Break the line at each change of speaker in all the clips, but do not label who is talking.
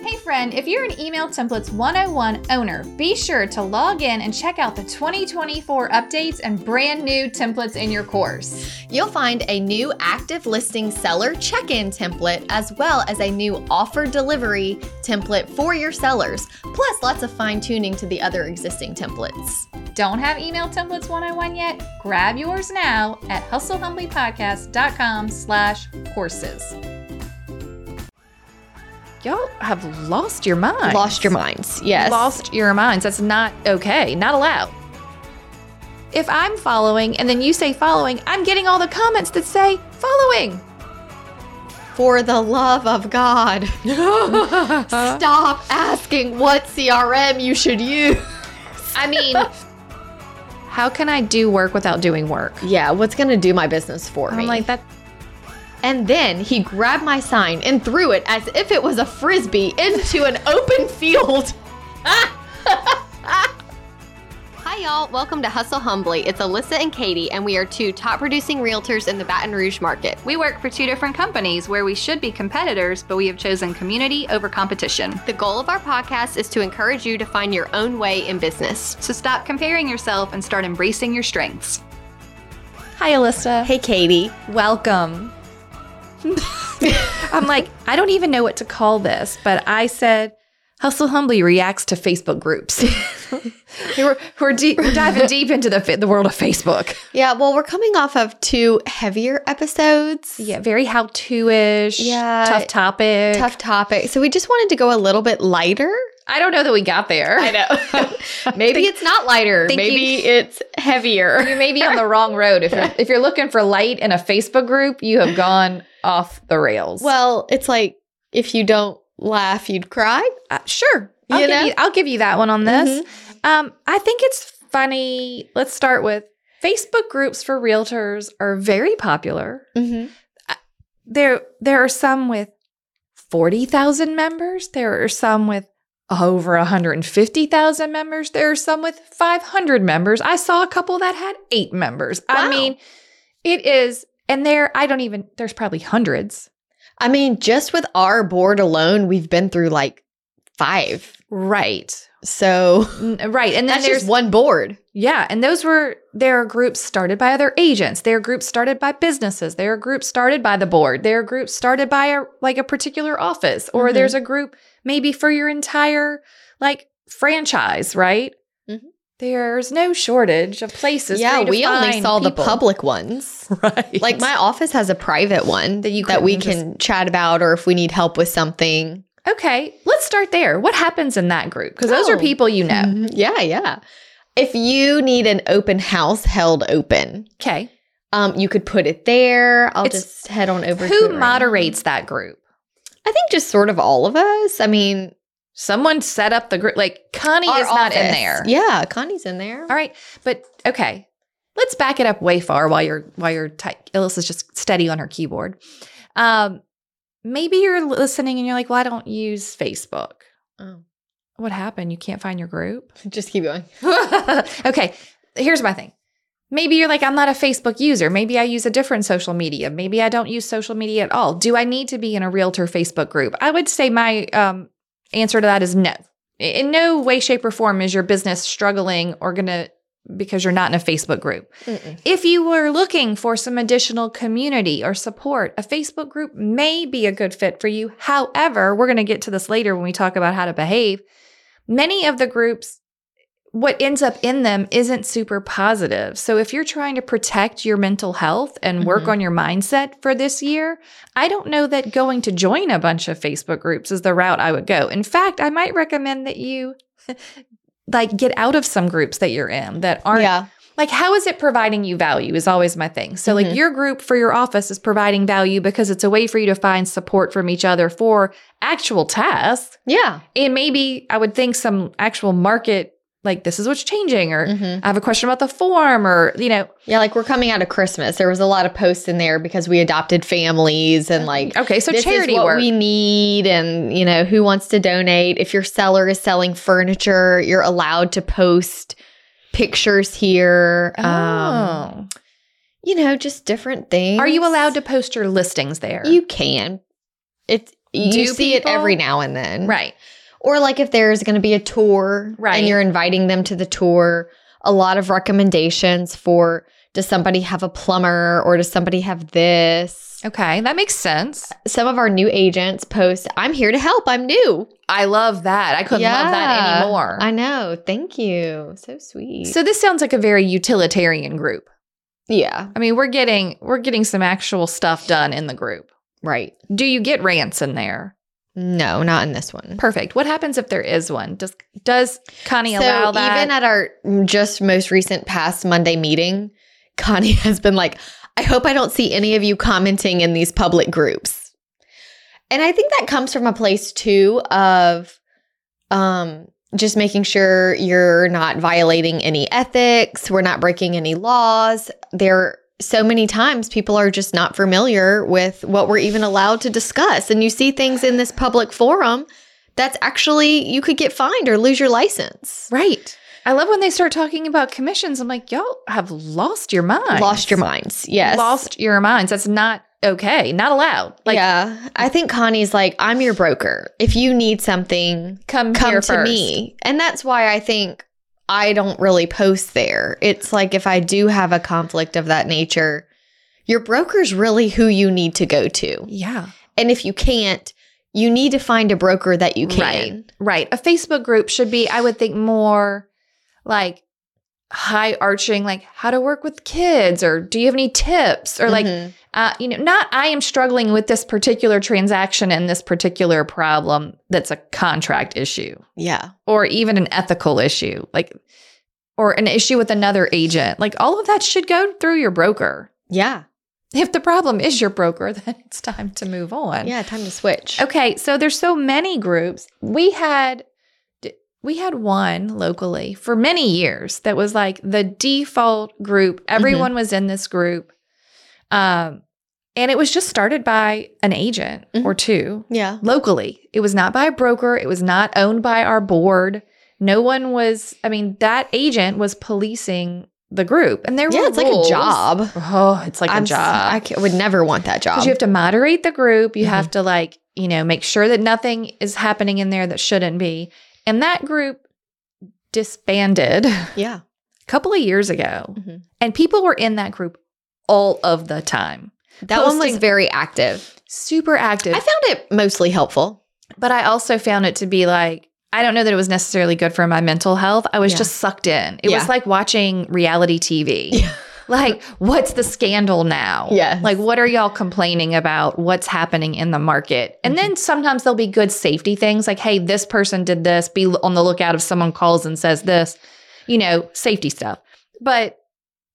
Hey, friend, if you're an Email Templates 101 owner, be sure to log in and check out the 2024 updates and brand new templates in your course.
You'll find a new active listing seller check in template as well as a new offer delivery template for your sellers, plus lots of fine tuning to the other existing templates.
Don't have Email Templates 101 yet? Grab yours now at hustlehumblypodcast.com slash courses. Y'all have lost your mind.
Lost your minds, yes.
Lost your minds. That's not okay. Not allowed. If I'm following and then you say following, I'm getting all the comments that say following.
For the love of God, stop asking what CRM you should use.
I mean, how can I do work without doing work?
Yeah, what's gonna do my business for me?
I'm like that.
And then he grabbed my sign and threw it as if it was a frisbee into an open field. Hi, y'all. Welcome to Hustle Humbly. It's Alyssa and Katie, and we are two top producing realtors in the Baton Rouge market.
We work for two different companies where we should be competitors, but we have chosen community over competition.
The goal of our podcast is to encourage you to find your own way in business.
So stop comparing yourself and start embracing your strengths. Hi, Alyssa.
Hey, Katie.
Welcome. I'm like, I don't even know what to call this, but I said, Hustle Humbly reacts to Facebook groups. we're, we're, deep, we're diving deep into the, fa- the world of Facebook.
Yeah, well, we're coming off of two heavier episodes.
Yeah, very how to ish,
Yeah.
tough topic.
Tough topic. So we just wanted to go a little bit lighter.
I don't know that we got there.
know. Maybe it's not lighter.
Thank
Maybe
you.
it's heavier.
you may be on the wrong road if you're if you're looking for light in a Facebook group. You have gone off the rails.
Well, it's like if you don't laugh, you'd cry.
Uh, sure, I'll
You
give
know?
you, I'll give you that one on this. Um, I think it's funny. Let's start with Facebook groups for realtors are very popular.
Mm-hmm.
There there are some with forty thousand members. There are some with over 150,000 members. There are some with 500 members. I saw a couple that had eight members. I
Wow.
mean, it is, and there, I don't even, there's probably hundreds.
I mean, just with our board alone, we've been through like five.
Right.
So
N- Right. And then
that's
there's
just one board.
yeah, and those were there are groups started by other agents. There are groups started by businesses. There are groups started by the board. There are groups started by a like a particular office or
Mhm.
there's a group maybe for your entire like franchise, right?
Mhm.
There's no shortage of places. for
yeah,
you to
we only
find
saw the
people.
public ones.
right?
Like my office has a private one that you that we
couldn't
can chat about, or if we need help with something.
okay, let's start there. What happens in that group? Because those
Oh.
are people you know.
Mhm. Yeah, yeah. If you need an open house held open,
Okay,
um, you could put it there. I'll
It's-
just head on over. to it
who
right
moderates that group?
now. I think just sort of all of us. I mean,
Someone set up the group. Like Connie
our
is not in
office.
there.
Yeah, Connie's in there.
All right, but okay. Let's back it up way far while you're while you're ty- Alyssa's just steady on her keyboard. Um, maybe you're listening and you're like, "Well, I don't use Facebook."
Oh,
What happened? You can't find your group?
just keep going.
okay, here's my thing. Maybe you're like, "I'm not a Facebook user. Maybe I use a different social media. Maybe I don't use social media at all. Do I need to be in a realtor Facebook group?" I would say my um, answer to that is no. In no way, shape, or form is your business struggling or gonna because you're not in a Facebook group.
Mm-mm.
If you were looking for some additional community or support, a Facebook group may be a good fit for you. However, we're going to get to this later when we talk about how to behave. Many of the groups, what ends up in them isn't super positive. So if you're trying to protect your mental health and work
Mhm.
on your mindset for this year, I don't know that going to join a bunch of Facebook groups is the route I would go. In fact, I might recommend that you like get out of some groups that you're in that aren't
Yeah,
like how is it providing you value is always my thing so like
Mhm.
your group for your office is providing value because it's a way for you to find support from each other for actual tasks
yeah.
and maybe i would think some actual market like this is what's changing or
hmm
i have a question about the form or you know
Yeah, like we're coming out of Christmas. There was a lot of posts in there because we adopted families and like
okay Mm-hmm. Oh, so
this
charity
is what
work
we need and you know who wants to donate. If your seller is selling furniture, you're allowed to post pictures here. Um,
Oh.
you know, just different things.
are Oh. you allowed to post your listings there
You can. It's You
Do
see it
people-
every now and then.
Right.
Or like if there's going to be a tour
Right.
and you're inviting them to the tour, a lot of recommendations for does somebody have a plumber or does somebody have this?
Okay. That makes sense.
Some of our new agents post, I'm here to help. I'm new.
I love that. I couldn't love that
Yeah.
anymore.
I know. Thank you. So sweet.
so this sounds like a very utilitarian group.
yeah,
I mean, we're getting we're getting some actual stuff done in the group.
right.
Do you get rants in there?
No, not in this one.
Perfect. What happens if there is one? Does does Connie allow that?
even at our just most recent past Monday meeting, Connie has been like, I hope I don't see any of you commenting in these public groups. And I think that comes from a place too of um just making sure you're not violating any ethics, we're not breaking any laws. There so many times people are just not familiar with what we're even allowed to discuss and you see things in this public forum that's actually you could get fined or lose your license.
right. I love when they start talking about commissions. I'm like, y'all have lost your mind.
Lost your minds. Yes.
Lost your minds. That's not okay. Not allowed. Like,
yeah. I think Connie's like, I'm your broker. If you need something,
come
come
here
to
first.
me. And that's why I think I don't really post there. It's like if I do have a conflict of that nature, your broker's really who you need to go to.
Yeah.
And if you can't, you need to find a broker that you can.
Right. Right. A Facebook group should be, I would think, more like high arching, like how to work with kids, or do you have any tips, or like
Mhm.
uh, you know, not I am struggling with this particular transaction and this particular problem that's a contract issue
yeah.
or even an ethical issue, like, or an issue with another agent. Like, all of that should go through your broker.
Yeah.
If the problem is your broker, then it's time to move on.
Yeah. Time to switch.
Okay. So there's so many groups. We had. d- We had one locally for many years that was like the default group.
Mm-hmm.
Everyone was in this group. Um, and it was just started by an agent
Mhm.
or two
Yeah.
locally. It was not by a broker, it was not owned by our board. No one was, I mean, that agent was policing the group. And there
Yeah.
were
It's like a
rules.
job.
Oh, it's like
I'm
a
s-
job.
I c- would never want that job.
Because you have to moderate the group. You
Mhm.
have to like, you know, make sure that nothing is happening in there that shouldn't be. And that group disbanded a
yeah.
couple of years ago.
Mhm.
And people were in that group all of the time.
That one was
Posting-
very active.
Super active.
I found it mostly helpful.
But I also found it to be like, I don't know that it was necessarily good for my mental health. I was
Yeah.
just sucked in. It
Yeah.
was like watching reality TV.
Yeah.
Like, what's the scandal now?
Yes.
Like, what are y'all complaining about? What's happening in the market? And
Mm-hmm.
then sometimes there'll be good safety things like, hey, this person did this. Be on the lookout if someone calls and says this, you know, safety stuff. But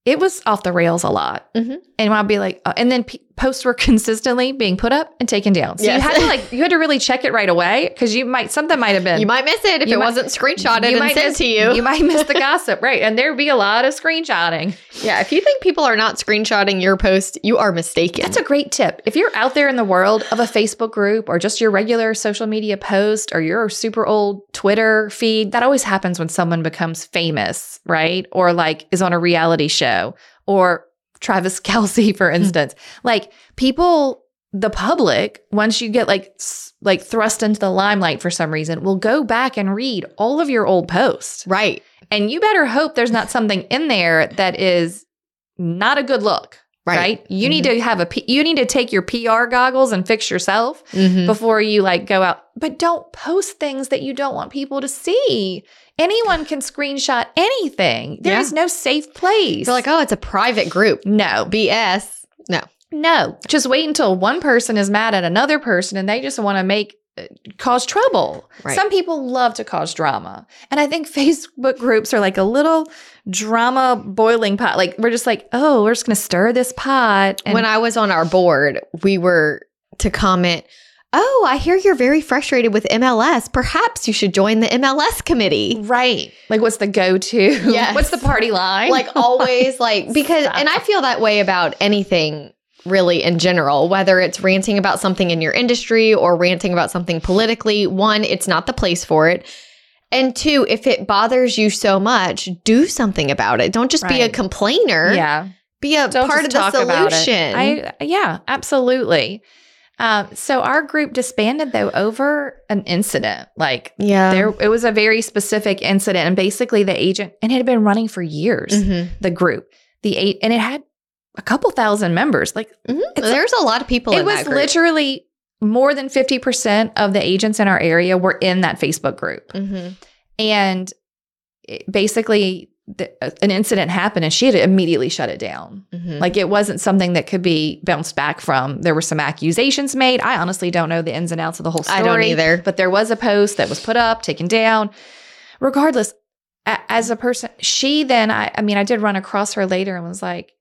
it was off the rails a lot.
Mhm.
And I'd be like, oh, and then p- posts were consistently being put up and taken down. So
Yes.
you had to like, you had to really check it right away because you might, something might have been.
You might miss it if
You
it
might-
wasn't screenshotted
you
and
might
sent
miss-
to you.
You might miss the gossip, right? And there'd be a lot of screenshotting.
yeah, if you think people are not screenshotting your post, you are mistaken.
That's a great tip. If you're out there in the world of a Facebook group or just your regular social media post or your super old Twitter feed, that always happens when someone becomes famous, right? Or like is on a reality show or Travis Kelsey, for instance. like people, the public, once you get like s- like thrust into the limelight for some reason, will go back and read all of your old posts.
right.
And you better hope there's not something in there that is not a good look right? You need
Mm-hmm.
to have a P- you need to take your PR goggles and fix yourself
Mhm.
before you like go out. But don't post things that you don't want people to see. Anyone can screenshot anything. There is
Yeah.
no safe place.
You're like, oh, it's a private group.
no,
BS. No.
no. Just wait until one person is mad at another person and they just want to make uh, cause trouble.
Right.
Some people love to cause drama. And I think Facebook groups are like a little drama boiling pot. Like we're just like, "Oh, we're just going to stir this pot." And
when I was on our board, we were to comment, oh, I hear you're very frustrated with MLS. Perhaps you should join the MLS committee.
Right. Like, what's the go to?
Yes.
What's the party line?
like always like because and i feel that way about anything really in general whether it's ranting about something in your industry or ranting about something politically one it's not the place for it and two if it bothers you so much do something about it don't just be a
Right.
complainer
yeah.
be a
Don't
part
just
of the
talk about it.
solution
I, yeah, absolutely. Um, so our group disbanded though over an incident. Like
Yeah.
there, it was a very specific incident, and basically the agent and it had been running for years.
Mhm.
The group, the eight, and it had a couple thousand members. Like
Mhm.
It's-
There's a lot of people
it
in
was
that group.
literally more than fifty percent of the agents in our area were in that Facebook group,
Mhm.
and it, basically the, uh, an incident happened, and she had to immediately shut it down.
Mhm.
Like it wasn't something that could be bounced back from. There were some accusations made. I honestly don't know the ins and outs of the whole story.
I don't either.
But there was a post that was put up, taken down. Regardless, a- as a person, she then I, I mean, I did run across her later and was like,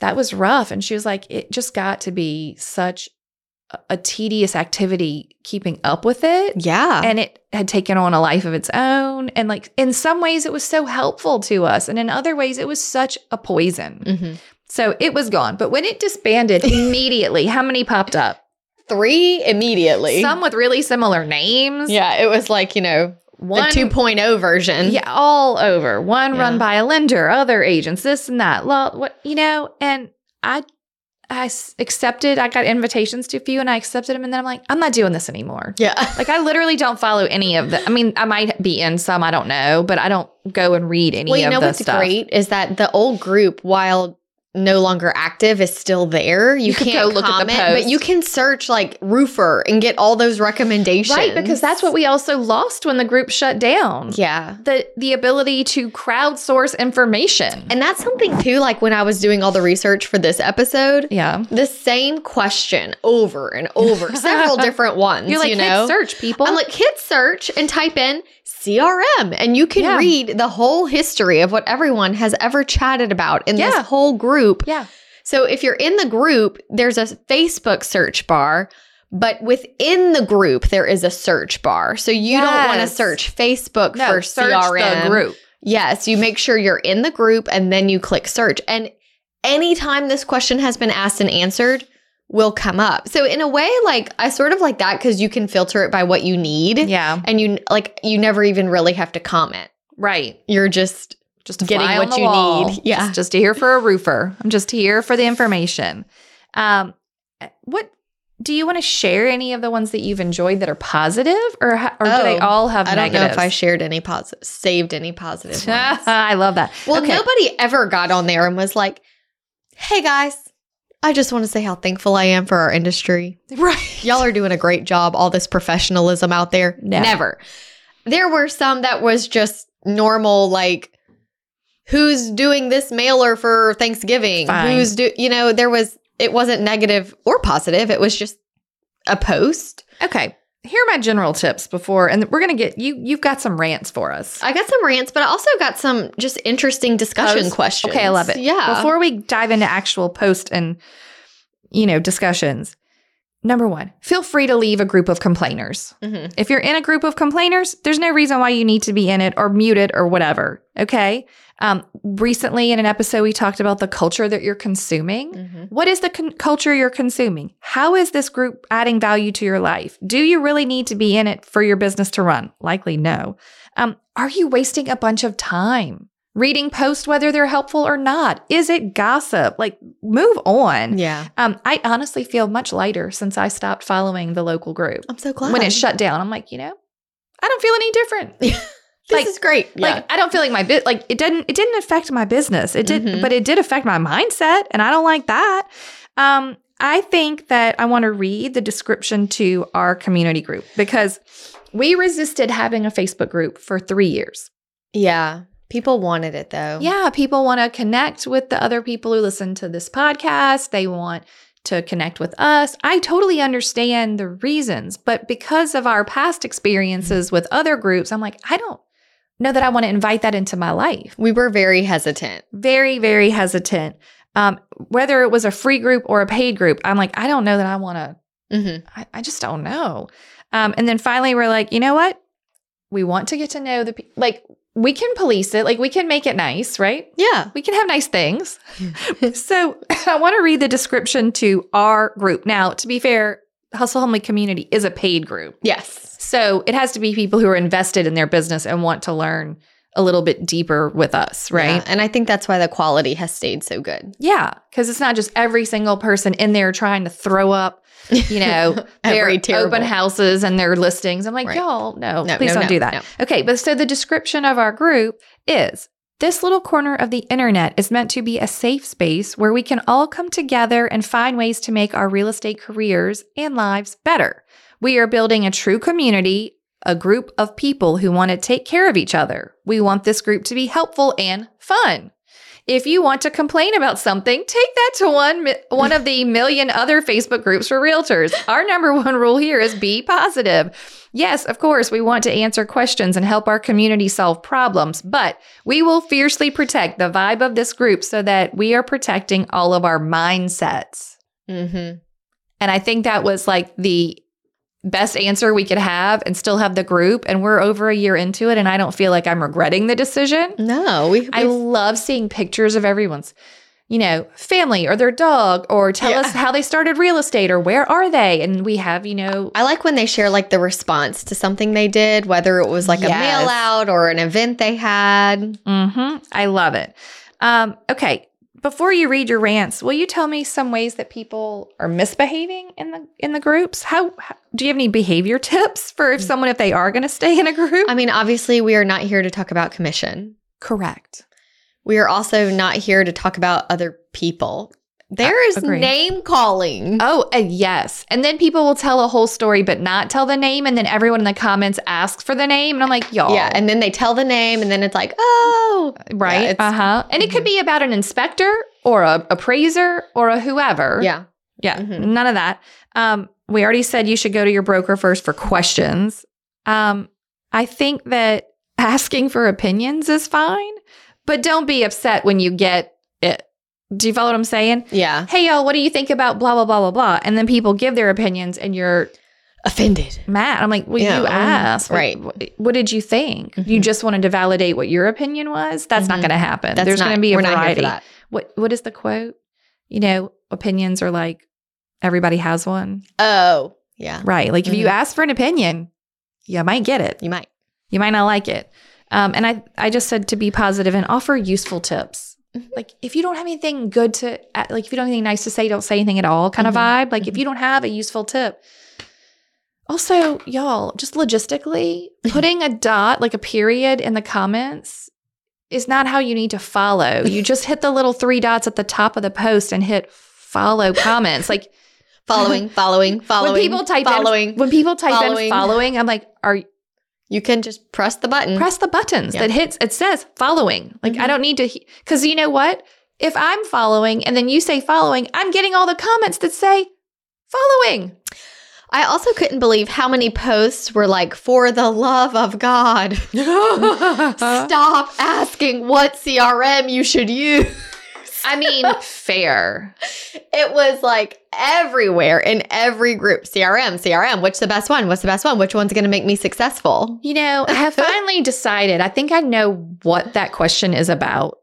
"That was rough." And she was like, "It just got to be such a- a tedious activity keeping up with it."
Yeah.
and it had taken on a life of its own and like in some ways it was so helpful to us and in other ways it was such a poison
Mhm.
so it was gone. But when it disbanded immediately, how many popped up?
Three immediately.
Some with really similar names.
yeah, it was like, you know,
One
the 2.0 version.
Yeah, all over. One
Yeah.
run by a lender, other agents, this and that. Lo- what you know, and I I s- accepted, I got invitations to a few and I accepted them and then I'm like, I'm not doing this anymore.
Yeah.
Like I literally don't follow any of the I mean, I might be in some, I don't know, but I don't go and read any
Well, you
of
know
the
what's
stuff.
great is that the old group, while no longer active, is still there. You,
You could
can't
go look at the
comment,
post.
but you can search like roofer and get all those recommendations.
Right, because that's what we also lost when the group shut down.
Yeah.
the the ability to crowdsource information.
And that's something too, like when I was doing all the research for this episode,
yeah.
the same question over and over, several different ones.
You're like,
you
"Hit
know?
search people.
I'm like, hit search and type in CRM, and you can
Yeah.
read the whole history of what everyone has ever chatted about in
Yeah.
this whole group.
yeah.
So if you're in the group, there's a Facebook search bar, but within the group, there is a search bar. So you don't want to
Yes.
search Facebook
No,
for
search
CRM.
the group.
Yes, you make sure you're in the group and then you click search. And anytime this question has been asked and answered, will come up. So in a way, like I sort of like that because you can filter it by what you need.
Yeah.
And you like you never even really have to comment.
Right.
You're just
Just a
Getting
fly on
what
the
you
wall.
need. Yeah.
Just, just here for a roofer. I'm just here for the information. Um, what do you want to share? Any of the ones that you've enjoyed that are positive, or ha- or do they
Oh,
all have
I don't know
negatives?
if I shared any positive saved any positive ones.
I love that.
Well,
Okay.
nobody ever got on there and was like, "Hey guys, I just want to say how thankful I am for our industry.
Right.
Y'all are doing a great job. All this professionalism out there.
No.
Never. There were some that was just normal, like." Who's doing this mailer for Thanksgiving?
Fine.
Who's do you know? There was it wasn't negative or positive. It was just a post.
Okay. Here are my general tips before, and we're gonna get you. You've got some rants for us.
I got some rants, but I also got some just interesting discussion
Posts?
questions.
Okay, I love it.
Yeah.
Before we dive into actual post and you know discussions, number one, feel free to leave a group of complainers.
Mhm.
If you're in a group of complainers, there's no reason why you need to be in it or mute it or whatever. Okay. Um, recently, in an episode, we talked about the culture that you're consuming.
Mhm.
What is the con- culture you're consuming? How is this group adding value to your life? Do you really need to be in it for your business to run? Likely no. Um, are you wasting a bunch of time reading posts, whether they're helpful or not? Is it gossip? Like, move on.
Yeah.
Um, I honestly feel much lighter since I stopped following the local group.
I'm so glad
When it shut down, I'm like, you know, I don't feel any different.
This
like-
is great.
Like I don't feel like my bit like it didn't it didn't affect my business. It did
Mhm.
but it did affect my mindset and I don't like that. Um I think that I want to read the description to our community group because we resisted having a Facebook group for 3 years.
yeah. People wanted it though.
Yeah, people want to connect with the other people who listen to this podcast. They want to connect with us. I totally understand the reasons, but because of our past experiences with other groups, I'm like, I don't know that I want to invite that into my life.
We were very hesitant.
very very hesitant um, whether it was a free group or a paid group i'm like i don't know that i want to
Mm-hmm.
I, I just don't know um, and then finally we're like you know what we want to get to know the people like we can police it like we can make it nice right
Yeah.
we can have nice things so i want to read the description to our group now to be fair hustle homely community is a paid group
Yes.
so it has to be people who are invested in their business and want to learn a little bit deeper with us, right?
Yeah, And I think that's why the quality has stayed so good.
Yeah, because it's not just every single person in there trying to throw up, you know, their
Every terrible-
open houses and their listings. I'm like,
Right.
y'all, no,
No,
please
no,
don't
no,
do that. Okay, but so the description of our group is this little corner of the internet is meant to be a safe space where we can all come together and find ways to make our real estate careers and lives better. We are building a true community, a group of people who want to take care of each other. We want this group to be helpful and fun. If you want to complain about something, take that to one mi- one of the million other Facebook groups for realtors. Our number one rule here is be positive. Yes, of course, we want to answer questions and help our community solve problems, but we will fiercely protect the vibe of this group so that we are protecting all of our mindsets.
Mm-hmm.
And I think that was like the best answer we could have and still have the group. And we're over a year into it, and I don't feel like I'm regretting the decision.
No, we,
I
we've-
love seeing pictures of everyone's, you know, family or their dog, or tell
Yeah.
us how they started real estate or where are they. And we have, you know,
I like when they share like the response to something they did, whether it was like a
Yes.
mail out or an event they had.
hmm I love it. Um, okay. Before you read your rants, will you tell me some ways that people are misbehaving in the in the groups? How, how do you have any behavior tips for
Mm.
if someone if they are going to stay in a group?
I mean, obviously, we are not here to talk about commission.
Correct.
We are also not here to talk about other people. There is
agreed.
name calling.
Oh, uh, yes. And then people will tell a whole story but not tell the name, and then everyone in the comments asks for the name, and I'm like, y'all,
Yeah, and then they tell the name, and then it's like, oh, Yeah,
right?
it's- Mm-hmm.
uh huh. And it could be about an inspector or a appraiser or a whoever.
yeah,
Yeah,
Mhm.
none of that. Um, we already said you should go to your broker first for questions. Um, I think that asking for opinions is fine, but don't be upset when you get it. Do you follow what I'm saying?
yeah,
Hey, y'all, what do you think about blah, blah, blah, blah, blah? And then people give their opinions and you're
offended.
mad. I'm like, well,
Yeah,
you
um,
asked. Like,
right.
wh- What did you think? You
Mhm.
just wanted to validate what your opinion was? That's not
Mhm.
going to happen.
That's
There's
not-
going to be a
we're not here
variety
for that.
what what is the quote? You know, opinions are like everybody has one.
Oh, yeah,
Right. Like if you
Mhm.
ask for an opinion, you might get it.
you might.
You might not like it. Um, and I I just said to be positive and offer useful tips.
Mhm.
Like if you don't have anything good to uh, like if you don't have anything nice to say, don't say anything at all kind
Mhm.
of vibe. Like if you don't have a useful tip. Also, y'all, just logistically, putting a dot like a period in the comments is not how you need to follow. You just hit the little three dots at the top of the post and hit follow comments. Like
Following, following, following.
when people type
following.
in when people type
following.
in following, I'm like, are
you can just press the button.
press the buttons
Mm-hmm. Yeah.
that hits it says following like i
Mhm.
don't need to because you know what if i'm following and then you say following i'm getting all the comments that say following
I also couldn't believe how many posts were like, "For the love of God, stop asking what CRM you should use."
i mean fair
It was like everywhere in every group. CRM, CRM. What's the best one? What's the best one? Which one's going to make me successful?
you know i have finally decided i think i know what that question is about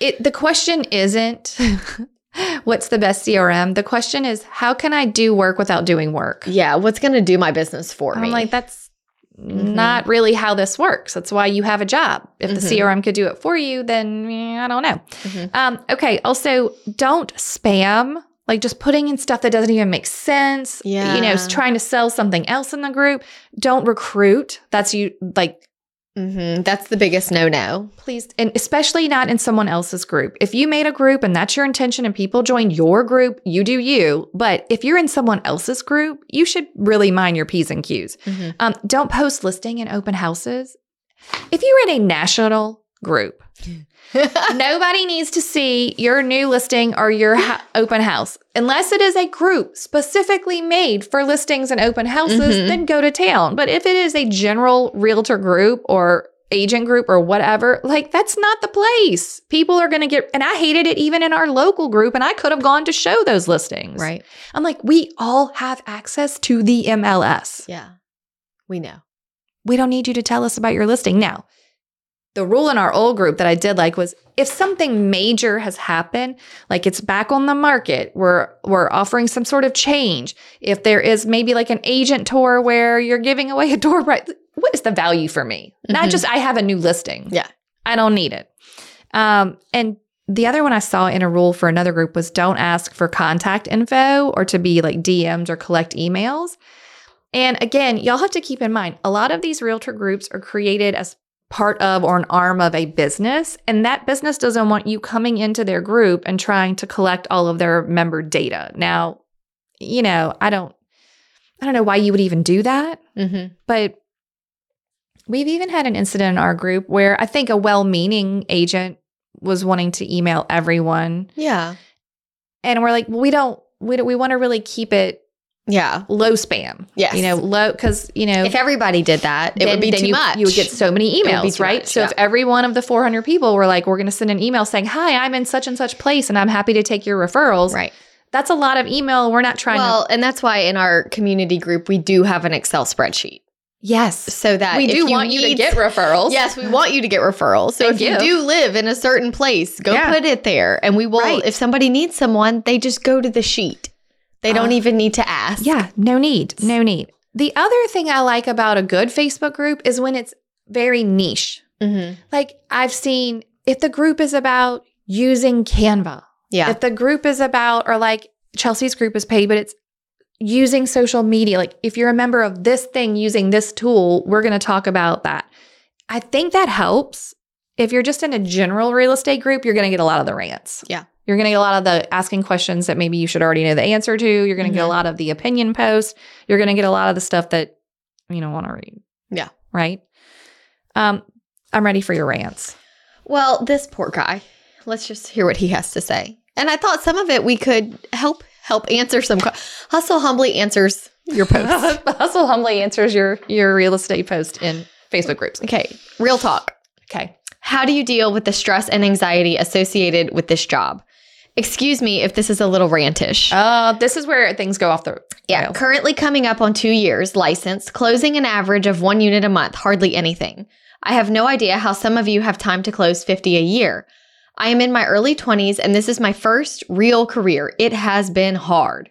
it the question isn't what's the best crm the question is how can i do work without doing work
Yeah, what's going to do my business for me? Mm-hmm.
I'm like, that's not really how this works. That's why you have a job. If
Mhm.
the CRM could do it for you, then eh, I don't know.
Mhm.
Um, okay. Also, don't spam. Like just putting in stuff that doesn't even make sense. You know,
Yeah.
trying to sell something else in the group. Don't recruit. That's you like
Mhm, that's the biggest no-no.
please and especially not in someone else's group if you made a group and that's your intention and people join your group you do you but if you're in someone else's group you should really mind your p's and q's
Mhm.
um, don't post listing in open houses if you're in a national group nobody needs to see your new listing or your ho- open house unless it is a group specifically made for listings and open houses
Mhm.
then go to town but if it is a general realtor group or agent group or whatever like that's not the place people are going to get and i hated it even in our local group and i could have gone to show those listings
right.
i'm like we all have access to the mls
Yeah. We know.
we don't need you to tell us about your listing now the rule in our old group that I did like was if something major has happened, like it's back on the market, we're we're offering some sort of change. If there is maybe like an agent tour where you're giving away a door prize, what is the value for me? Not
Mhm.
just I have a new listing.
Yeah.
I don't need it. Um, and the other one I saw in a rule for another group was don't ask for contact info or to be like DMs or collect emails. And again, y'all have to keep in mind a lot of these realtor groups are created as part of or an arm of a business, and that business doesn't want you coming into their group and trying to collect all of their member data. Now, you know, I don't I don't know why you would even do that,
hmm
but we've even had an incident in our group where I think a well-meaning agent was wanting to email everyone
Yeah.
and we're like, well, we don't we don't, we want to really keep it
Yeah.
low spam.
Yes.
You know, low cuz you know
If everybody did that, it
then-
would be
then
too
you,
much.
You would get so many
would be
emails,
too
right?
much,
so if every one of the 400 people were like, "We're going to send an email saying, "Hi, I'm in such and such place, and I'm happy to take your referrals,"
right.
that's a lot of email. We're not trying to.
Well, and that's why in our community group we do have an Excel spreadsheet
Yes,
so that
we
if
do want you to
need-
get referrals.
Yes, we want you to get referrals. So
Thank
if you.
you.
do live in a certain place, go
Yeah.
put it there, and we will.
Right.
If somebody needs someone, they just go to the sheet. They don't
Uh,
even need to ask.
Yeah, no need, no need. The other thing I like about a good Facebook group is when it's very niche.
Mhm.
Like I've seen, if the group is about using Canva,
Yeah.
if the group is about or like chelsea's group is paid but it's using social media like if you're a member of this thing using this tool we're going to talk about that i think that helps if you're just in a general real estate group you're going to get a lot of the rants
Yeah.
you're going to get a lot of the asking questions that maybe you should already know the answer to you're going to get a
Mhm.
lot of the opinion posts you're going to get a lot of the stuff that you don't want to read
Yeah.
right um i'm ready for your rants
Well, this poor guy. Let's just hear what he has to say. And I thought some of it we could help help answer some. que- Hustle humbly answers your posts.
Hustle humbly answers your your real estate post in Facebook groups.
okay, real talk.
Okay.
How do you deal with the stress and anxiety associated with this job? Excuse me if this is a little rantish.
Uh, this is where things go off the
yeah,
rails.
currently coming up on two years licensed, closing an average of one unit a month, hardly anything. I have no idea how some of you have time to close 50 a year. I am in my early 20s and this is my first real career. It has been hard.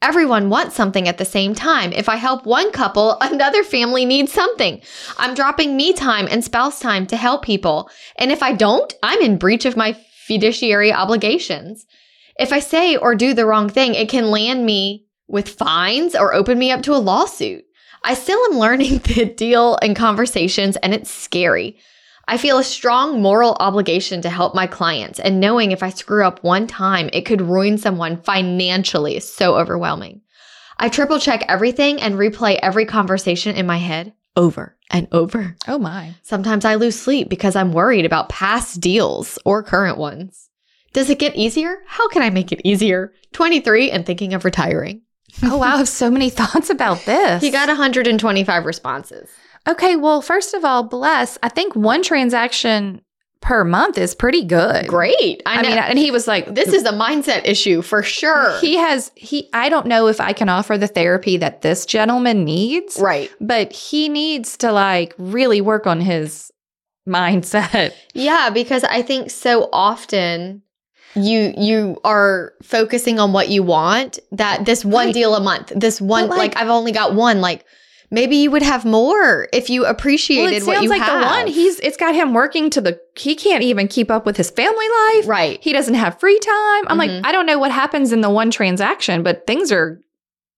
Everyone wants something at the same time. If I help one couple, another family needs something. I'm dropping me time and spouse time to help people. And if I don't, I'm in breach of my fiduciary obligations. If I say or do the wrong thing, it can land me with fines or open me up to a lawsuit. I still am learning the deal and conversations, and it's scary. I feel a strong moral obligation to help my clients, and knowing if I screw up one time, it could ruin someone financially is so overwhelming. I triple check everything and replay every conversation in my head over and over.
Oh my.
Sometimes I lose sleep because I'm worried about past deals or current ones. Does it get easier? How can I make it easier? 23 and thinking of retiring.
Oh wow, I have so many thoughts about this.
He got 125 responses.
Okay, well, first of all, bless. I think one transaction per month is pretty good.
Great. I,
I,
know.
mean, and he was like
this is a mindset issue for sure.
He has he I don't know if I can offer the therapy that this gentleman needs,
right.
but he needs to like really work on his mindset.
Yeah, because I think so often you you are focusing on what you want that this one
Right.
deal a month, this one
But,
like,
like-
I've only got one like maybe you would have more if you appreciated
Well, it
what
sounds
you
like
have.
the one he's it's got him working to the he can't even keep up with his family life.
right.
He doesn't have free time. I'm
Mhm.
like, I don't know what happens in the one transaction, but things are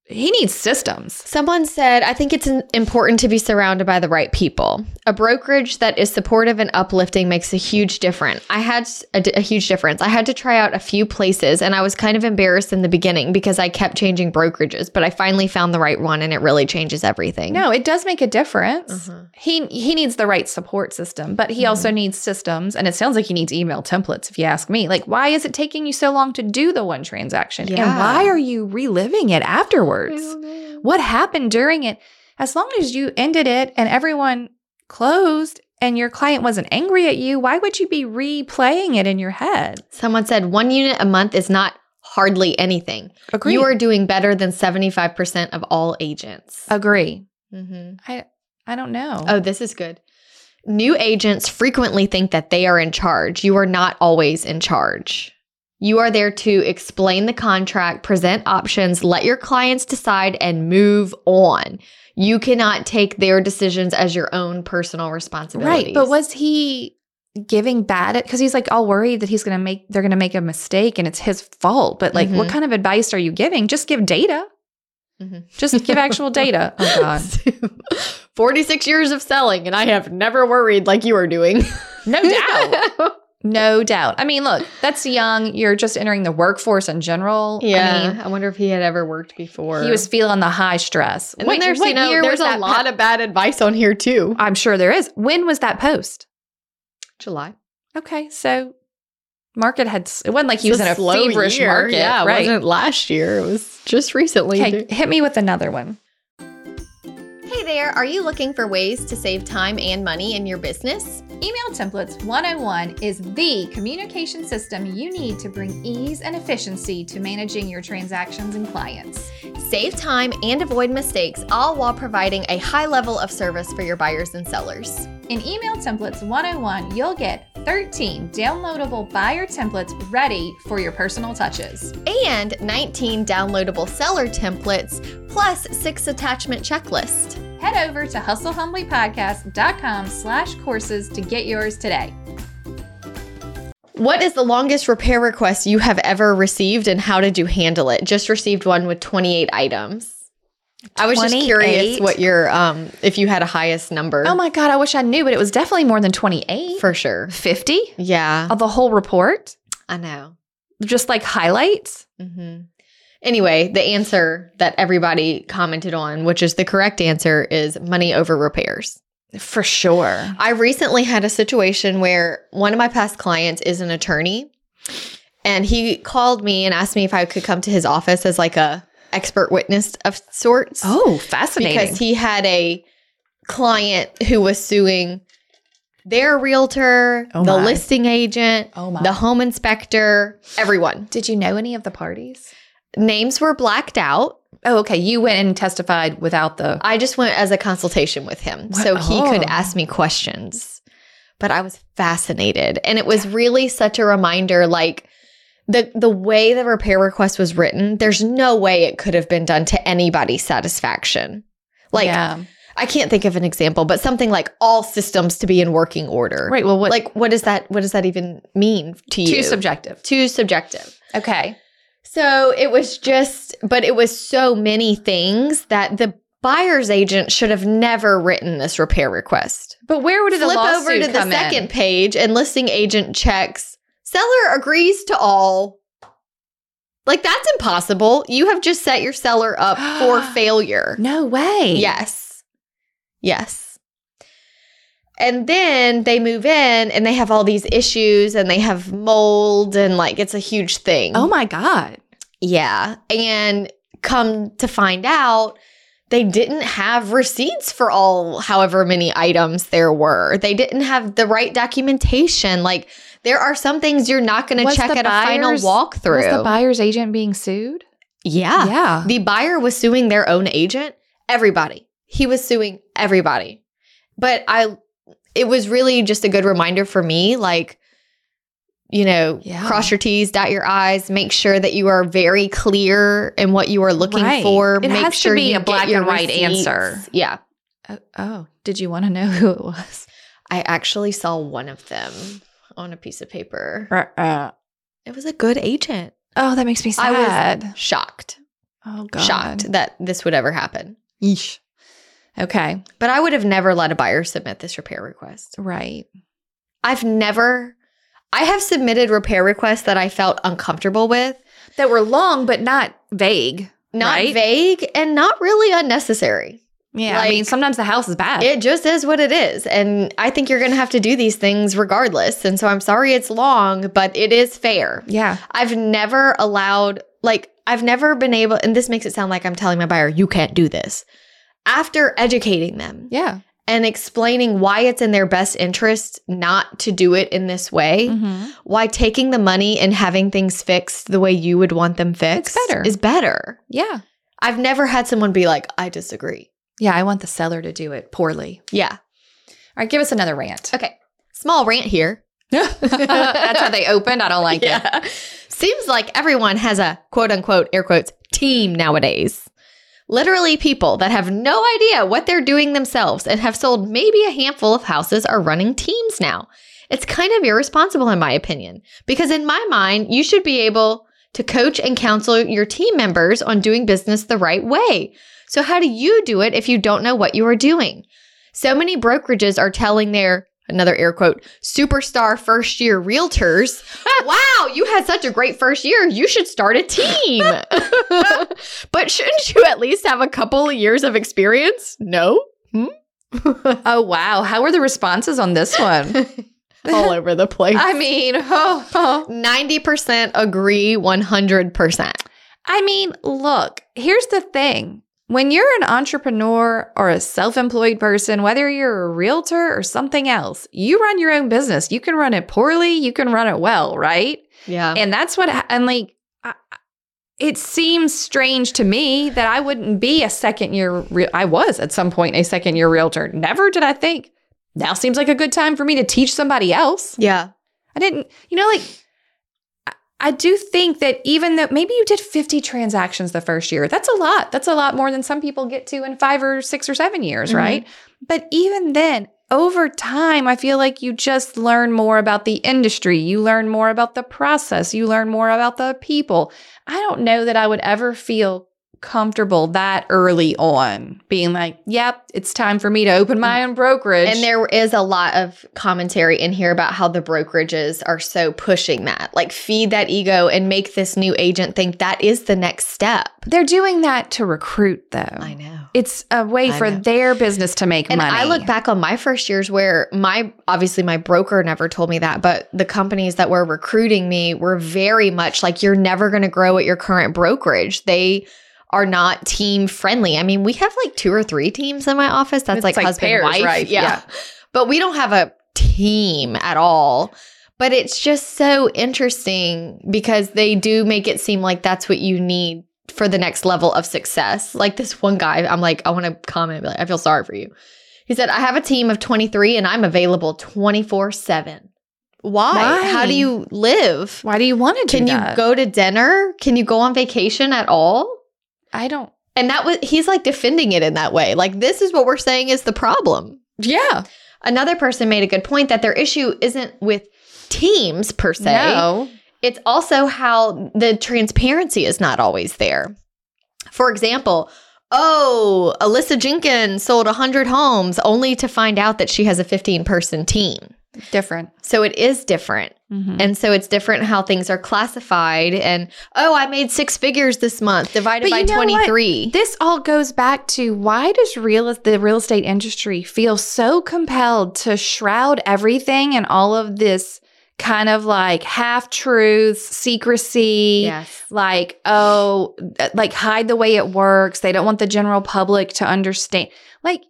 he needs systems.
Someone said, I think it's important to be surrounded by the right people. A brokerage that is supportive and uplifting makes a huge difference. I had s- a, d- a huge difference. I had to try out a few places and I was kind of embarrassed in the beginning because I kept changing brokerages, but I finally found the right one and it really changes everything.
No, it does make a difference.
Mhm.
Uh-huh. He he needs the right support system, but he also needs systems and it sounds like he needs email templates if you ask me. Like why is it taking you so long to do the one transaction? And
Yeah.
why are you reliving it afterwards? what happened during it as long as you ended it and everyone closed and your client wasn't angry at you why would you be replaying it in your head
Someone said, one unit a month is not hardly anything.
agree
You are doing better than 75% of all agents.
agree
Mhm.
i don't know
Oh, this Oh, is good. new agents frequently think that they are in charge. You are not always in charge. You are there to explain the contract, present options, let your clients decide, and move on. You cannot take their decisions as your own personal responsibility.
Right. But was he giving bad at because he's like all worried that he's gonna make they're gonna make a mistake and it's his fault. But like what
Mhm.
kind of advice are you giving? Just give data.
Mhm.
Just give actual data. Mm-hmm. Oh god.
46 years of selling, and I have never worried like you are doing.
No doubt. No doubt. I mean, look, that's young. You're just entering the workforce in general.
yeah.
I
I,
mean,
wonder if he had ever worked before.
he was feeling the high stress.
And then there's, you know, there's a
that
lot of bad advice on here too.
po- I'm sure there is. When was that post?
July.
Okay, so market had s- it wasn't like he was in a feverish market,
Yeah, it
right?
wasn't last year. It was just recently.
Okay, hit me with another one.
Hey there, are you looking for ways to save time and money in your business?
Email Templates 101 is the communication system you need to bring ease and efficiency to managing your transactions and clients.
Save time and avoid mistakes, all while providing a high level of service for your buyers and sellers.
In Email Templates 101, you'll get 13 downloadable buyer templates ready for your personal touches.
And 19 downloadable seller templates, plus six attachment checklist.
Head over to hustlehumblypodcast.com slash courses to get yours today.
What is the longest repair request you have ever received and how did you handle it? Just received one with 28 items. I was just
28?
curious what your um if you had a highest number
Oh my God, I wish I knew, but it was definitely more than 28.
for sure.
50
Yeah,
of the whole report?
I know.
Just like highlights?
hmm Anyway, the answer that everybody commented on, which is the correct answer, is money over repairs.
For sure.
I recently had a situation where one of my past clients is an attorney and he called me and asked me if I could come to his office as like a expert witness of sorts.
Oh, fascinating.
because he had a client who was suing their realtor,
Oh
the
my.
listing agent,
oh my.
the home inspector, everyone.
Did you know any of the parties?
Names were blacked out.
Oh, okay. You went and testified without the.
I just went as a consultation with him
What-
so he could
oh.
ask me questions. But I was fascinated and it was really such a reminder like the the way the repair request was written, there's no way it could have been done to anybody's satisfaction. Like
yeah.
I can't think of an example, but something like all systems to be in working order.
Right. Well, what?
Like what does that what does that even mean to you?
too subjective.
Too subjective.
Okay.
So it was just but it was so many things that the buyer's agent should have never written this repair request.
But where would the
Flip
lawsuit
over to the
come in?
second page and listing agent checks. Seller agrees to all. Like that's impossible. You have just set your seller up for failure.
No way.
Yes. Yes. And then they move in and they have all these issues and they have mold and like it's a huge thing.
Oh my god.
Yeah. And come to find out, they didn't have receipts for all however many items there were. They didn't have the right documentation. Like there are some things you're not going to
Was
check
the
at a final
buyer's-
walkthrough.
Was the buyer's agent being sued?
yeah.
yeah.
The buyer was suing their own agent, everybody. He was suing everybody. But I it was really just a good reminder for me like you know,
Yeah.
cross your T's, dot your I's, make sure that you are very clear in what you are looking
Right.
for.
It
make
has to
sure
be
you
a
get
black
your
and white
receipts.
answer.
Yeah.
Oh, oh, did you want to know who it was?
I actually saw one of them on a piece of paper.
Uh-uh.
It was a good agent.
Oh, that makes me
uh, I was-
sad.
Shocked.
oh god.
Shocked that this would ever happen.
Yeesh. Okay.
But I would have never let a buyer submit this repair request.
Right.
I've never I have submitted repair requests that I felt uncomfortable with,
That were long but not vague.
not
Right.
vague and not really unnecessary.
Yeah. I
Like-
mean, sometimes the house is bad.
It just is what it is. And I think you're going to have to do these things regardless. And so I'm sorry it's long, but it is fair.
yeah.
I've never allowed, like, I've never been able, and this makes it sound like I'm telling my buyer, you can't do this. After educating them
Yeah.
and explaining why it's in their best interest not to do it in this way,
Mhm.
why taking the money and having things fixed the way you would want them fixed
better.
is better.
Yeah.
I've never had someone be like, I disagree.
Yeah. I want the seller to do it poorly.
Yeah.
All right, give us another rant.
Okay. Small rant here.
That's how they opened. I don't like it.
yeah. Seems like everyone has a quote unquote air quotes team nowadays. Literally, people that have no idea what they're doing themselves and have sold maybe a handful of houses are running teams now. It's kind of irresponsible, in my opinion, because in my mind, you should be able to coach and counsel your team members on doing business the right way. So, how do you do it if you don't know what you are doing? So many brokerages are telling their another air quote superstar first year realtors wow you had such a great first year you should start a team but shouldn't you at least have a couple of years of experience no
Oh wow, how were the responses on this one?
all over the place
I mean, oh, oh.
90% agree 100%
I mean, look, here's the thing. When you're an entrepreneur or a self employed person, whether you're a realtor or something else, you run your own business. You can run it poorly, you can run it well, right?
yeah
And that's what, and like, I, I- it seems strange to me that I wouldn't be a second year. Re- I was at some point a second year realtor. Never did I think now seems like a good time for me to teach somebody else.
yeah
I didn't, you know, like I- I do think that even though maybe you did 50 transactions the first year, that's a lot. That's a lot more than some people get to in five or six or seven years,
Mhm.
right? But even then, over time, I feel like you just learn more about the industry. You learn more about the process. You learn more about the people. I don't know that I would ever feel comfortable that early on being like, yep, it's time for me to open my own brokerage.
And there is a lot of commentary in here about how the brokerages are so pushing that, like feed that ego and make this new agent think that is the next step.
they're doing that to recruit though.
know.
It's a way
I
for
know.
their business to make
And
money.
I look back on my first years where my obviously my broker never told me that, but the companies that were recruiting me were very much like you're never going to grow at your current brokerage. They are not team friendly. I mean, we have like two or three teams in my office. That's
It's
like,
like
husband
pairs,
wife,
right?
Yeah.
Yeah.
But we don't have a team at all. But it's just so interesting because they do make it seem like that's what you need for the next level of success. Like this one guy, I'm like, I want to comment, be like, I feel sorry for you. He said, I have a team of 23 and I'm available 24 7. Why?
Why?
How do you live?
Why do you want to do
Can you
that?
go to dinner? Can you go on vacation at all?
I don't.
And that was, he's like defending it in that way. Like, this is what we're saying is the problem.
Yeah.
Another person made a good point that their issue isn't with teams per se.
No.
It's also how the transparency is not always there. For example, oh, Alyssa Jenkins sold 100 homes only to find out that she has a 15 person team.
Different.
So it is different.
Mhm.
And so it's different how things are classified. And oh, I made six figures this month divided
But
by
you know what?
23.
This all goes back to why does real the real estate industry feel so compelled to shroud everything and all of this kind of like half truths, secrecy,
Yes.
like oh like hide the way it works. They don't want the general public to understand. Like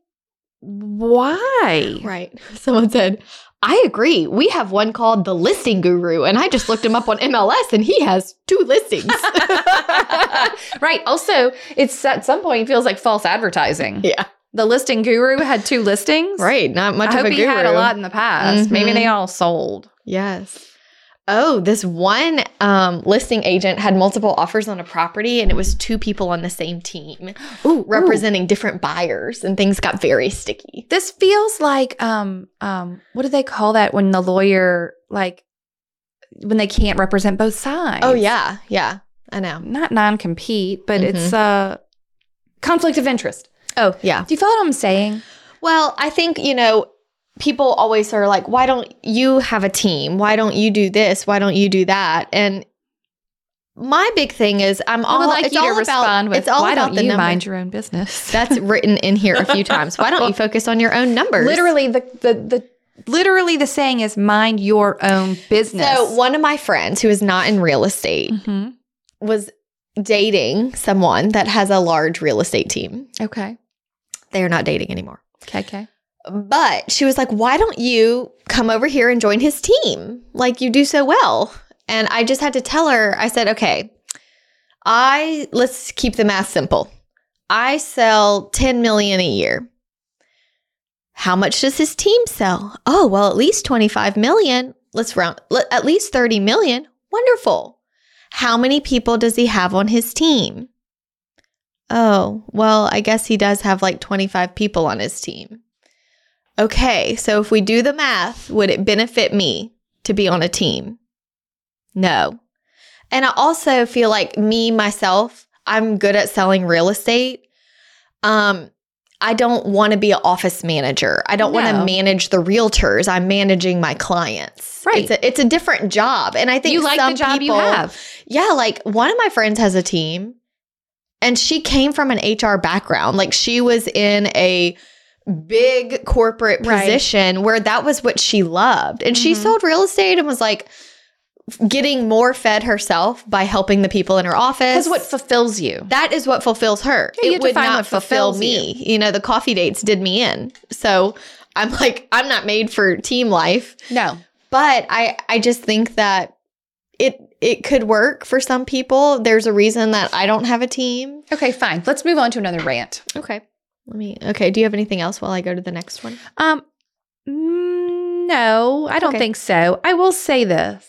why?
Right. Someone said, I agree. We have one called the listing guru, and I just looked him up on MLS and he has two listings.
right. Also, it's at some point it feels like false advertising.
Yeah.
The listing guru had two listings.
right. Not much
I
of
hope
a
he
guru.
had a lot in the past. Maybe
Mhm.
they all sold.
Yes. Oh, this one um, listing agent had multiple offers on a property, and it was two people on the same team
Ooh,
representing different buyers, and things got very sticky.
This feels like um um what do they call that when the lawyer like when they can't represent both sides?
Oh, yeah. Mm-hmm. Yeah. I know.
Not non compete, but it's uh conflict of interest.
Oh, yeah.
Do you follow what I'm saying?
Well, I think, you know, people always are like, why don't you have a team? Why don't you do this? Why don't you do that? And my big thing is I'm
I
all
would like
it's
you
all
to
about,
respond with
it's all
why
about
don't
the
you
number.
mind your own business?
That's written in here a few times. Why don't you focus on your own numbers?
Literally, the the the literally the saying is mind your own business.
So one of my friends who is not in real estate
Mhm.
was dating someone that has a large real estate team.
Okay.
They are not dating anymore.
Okay. Okay.
But she was like, why don't you come over here and join his team? Like, you do so well. And I just had to tell her, I said, okay, I let's keep the math simple. I sell 10 million a year. How much does his team sell? Oh, well, at least 25 million. Let's round let- at least 30 million. Wonderful. How many people does he have on his team? Oh, well, I guess he does have like 25 people on his team. Okay, so if we do the math, would it benefit me to be on a team? No. And I also feel like me myself, I'm good at selling real estate. Um I don't want to be an office manager. I don't want
No.
to manage the realtors. I'm managing my clients.
Right.
It's a, it's a different job. And I think
you like
some
the job
people,
you have.
yeah, like one of my friends has a team and she came from an HR background. Like she was in a big corporate
Right.
position where that was what she loved. And she
Mhm.
sold real estate and was like getting more fed herself by helping the people in her office.
Because what fulfills you.
that is what fulfills her.
Yeah, you
it
have to
would
find
not
what
fulfill
fulfills
me. You. know, the coffee dates did me in. So I'm like, I'm not made for team life
No.
but i i just think that it it could work for some people there's a reason that i don't have a team
Okay, fine. Let's move on to another rant.
okay let me okay do you have anything else while i go to the next one
Um, mm, no, I don't
Okay.
think so. I will say this.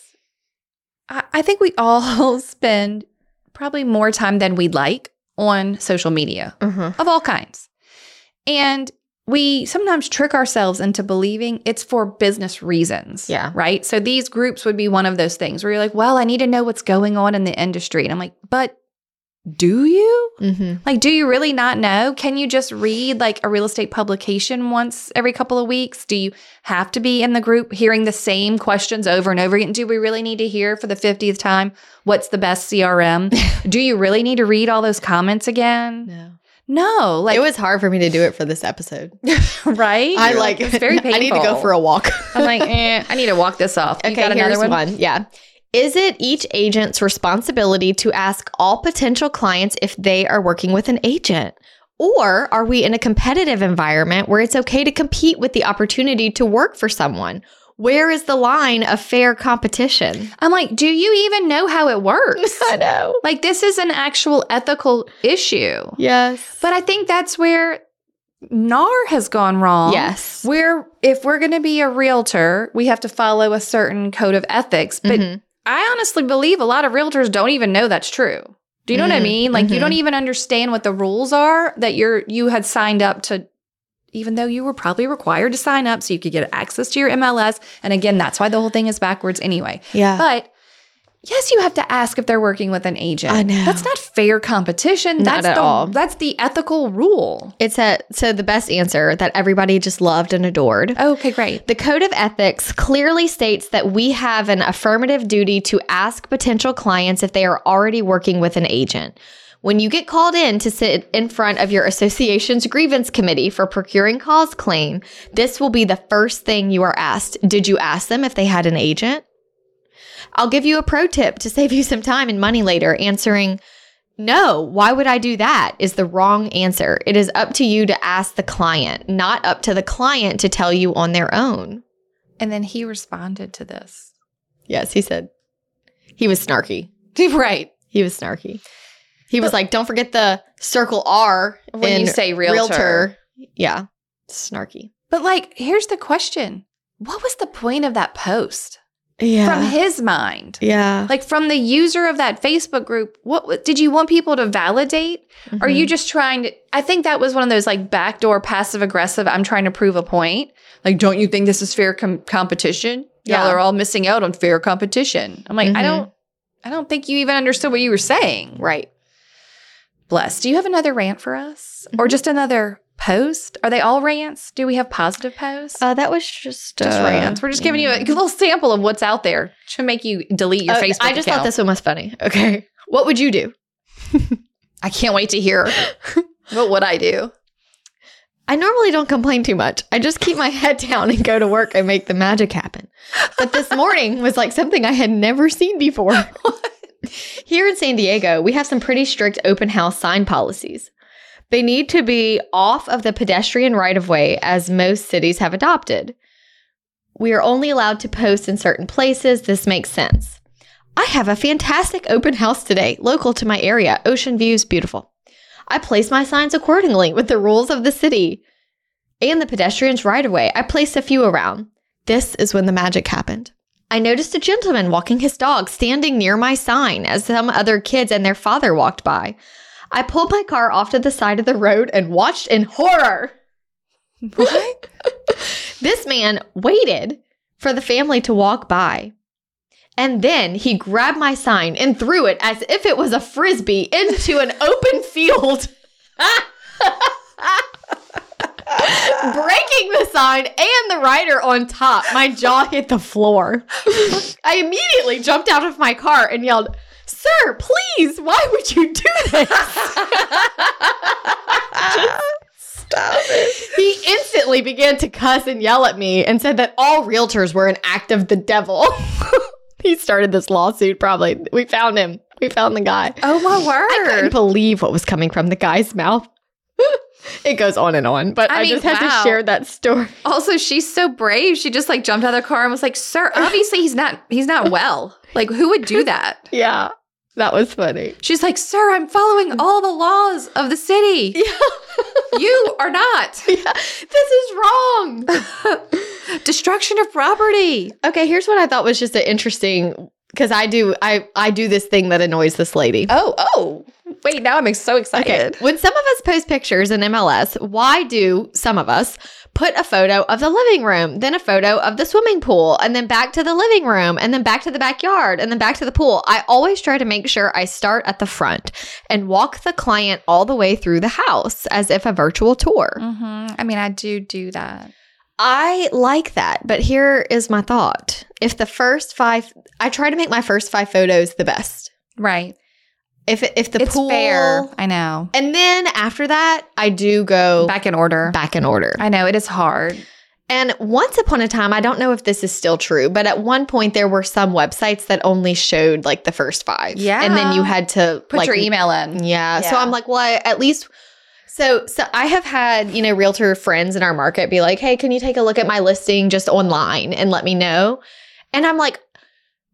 I, I think we all spend probably more time than we'd like on social media
uh-huh.
of all kinds. And we sometimes trick ourselves into believing it's for business reasons.
Yeah.
Right. So these groups would be one of those things where you're like, well, I need to know what's going on in the industry. And I'm like, but do you?
mm-hmm.
Like, do you really not know? Can you just read like a real estate publication once every couple of weeks? Do you have to be in the group hearing the same questions over and over again? Do we really need to hear for the 50th time what's the best CRM? do you really need to read all those comments again?
no
No, like
it was hard for me to do it for this episode
right.
i
You're
like
it's very painful.
i need to go for a walk
I'm like, eh, I need to walk this off. You
okay
got another
here's
one?
one? yeah is it each agent's responsibility to ask all potential clients if they are working with an agent or are we in a competitive environment where it's okay to compete with the opportunity to work for someone where is the line of fair competition
I'm like, do you even know how it works?
know
like, this is an actual ethical issue.
yes
But I think that's where NAR has gone wrong.
yes
Where if we're going to be a realtor, we have to follow a certain code of ethics. But
Mhm.
I honestly believe a lot of realtors don't even know that's true. Do you know what I
Mhm,
mean? Like you
mhm.
don't even understand what the rules are that you're you had signed up to even though you were probably required to sign up so you could get access to your MLS. And again, that's why the whole thing is backwards anyway.
yeah
But yes, you have to ask if they're working with an agent.
I know.
That's not fair competition.
Not
that's
at
the,
all.
That's the ethical rule.
it's a so the best answer that everybody just loved and adored
Okay, great.
The Code of Ethics clearly states that we have an affirmative duty to ask potential clients if they are already working with an agent. When you get called in to sit in front of your association's grievance committee for procuring cause claim, this will be the first thing you are asked. Did you ask them if they had an agent? I'll give you a pro tip to save you some time and money later answering no, why would I do that? Is the wrong answer. It is up to you to ask the client, not up to the client to tell you on their own.
And then he responded to this.
Yes, he said. He was snarky.
Right.
He was snarky. He was like, don't forget the circle R
When you
in
say realtor.
Yeah, snarky.
But like, here's the question. What was the point of that post
Yeah.
from his mind?
yeah.
Like from the user of that Facebook group, what wa- did you want people to validate?
Mm-hmm.
Or Are you just trying to? I think that was one of those like backdoor passive aggressive. I'm trying to prove a point. Like, don't you think this is fair com- competition? Y'all
Yeah.
are all missing out on fair competition. I'm like, I
Mhm.
don't, I don't think you even understood what you were saying.
right?
Bless. Do you have another rant for us, or
Mhm.
just another post? Are they all rants? Do we have positive posts?
Uh, that was just
just
uh, mm.
rants. We're just giving you a little sample of what's out there to make you delete your
Oh,
Facebook.
I just
account.
thought this one was funny. Okay, what would you do?
I can't wait to hear what would I do.
I normally don't complain too much. I just keep my head down and go to work and make the magic happen. But this morning was like something I had never seen before. Here in San Diego, we have some pretty strict open house sign policies. They need to be off of the pedestrian right of way, as most cities have adopted. We are only allowed to post in certain places. This makes sense. I have a fantastic open house today, local to my area. Ocean views, beautiful. I place my signs accordingly with the rules of the city. and the pedestrians right away. I placed a few around. This is when the magic happened. I noticed a gentleman walking his dog standing near my sign as some other kids and their father walked by. I pulled my car off to the side of the road and watched in horror.
What?
This man waited for the family to walk by. And then he grabbed my sign and threw it as if it was a frisbee into an open field. Breaking the sign and the rider on top, my jaw hit the floor. I immediately jumped out of my car and yelled, Sir, please, why would you do this?
Stop it.
He instantly began to cuss and yell at me and said that all realtors were an act of the devil. he started this lawsuit, probably. We found him. We found the guy.
Oh my
I couldn't
word.
believe what was coming from the guy's mouth. it goes on and on, but I,
I mean,
just had
wow.
to share that story.
Also, she's so brave. She just like jumped out of the car and was like, "Sir, obviously he's not he's not well. Like who would do that?"
Yeah, that was funny.
She's like, "Sir, I'm following all the laws of the city.
Mm. Yeah,
You are not.
yeah. this is wrong.
Destruction of property."
okay, here's what I thought was just an interesting because I do I I do this thing that annoys this lady.
Oh, oh. Wait, now I'm so excited.
When some of us post pictures in MLS, why do some of us put a photo of the living room, then a photo of the swimming pool, and then back to the living room, and then back to the backyard, and then back to the pool? I always try to make sure I start at the front and walk the client all the way through the house as if a virtual tour.
Mhm. I mean, I do do that.
I like that, but here is my thought. If the first five, I try to make my first five photos the best.
Right.
If, if the
it's
pool,
fair. I know.
and then after that, I do go
Back in order.
Oh. back in order.
I know it is hard.
And once upon a time, I don't know if this is still true, but at one point there were some websites that only showed like the first five.
Yeah.
And then you had to
Put
like,
your email in.
Yeah. So
Yeah.
I'm like, well, I, at least. So, so I have had, you know, realtor friends in our market be like, hey, can you take a look at my listing just online and let me know? And I'm like,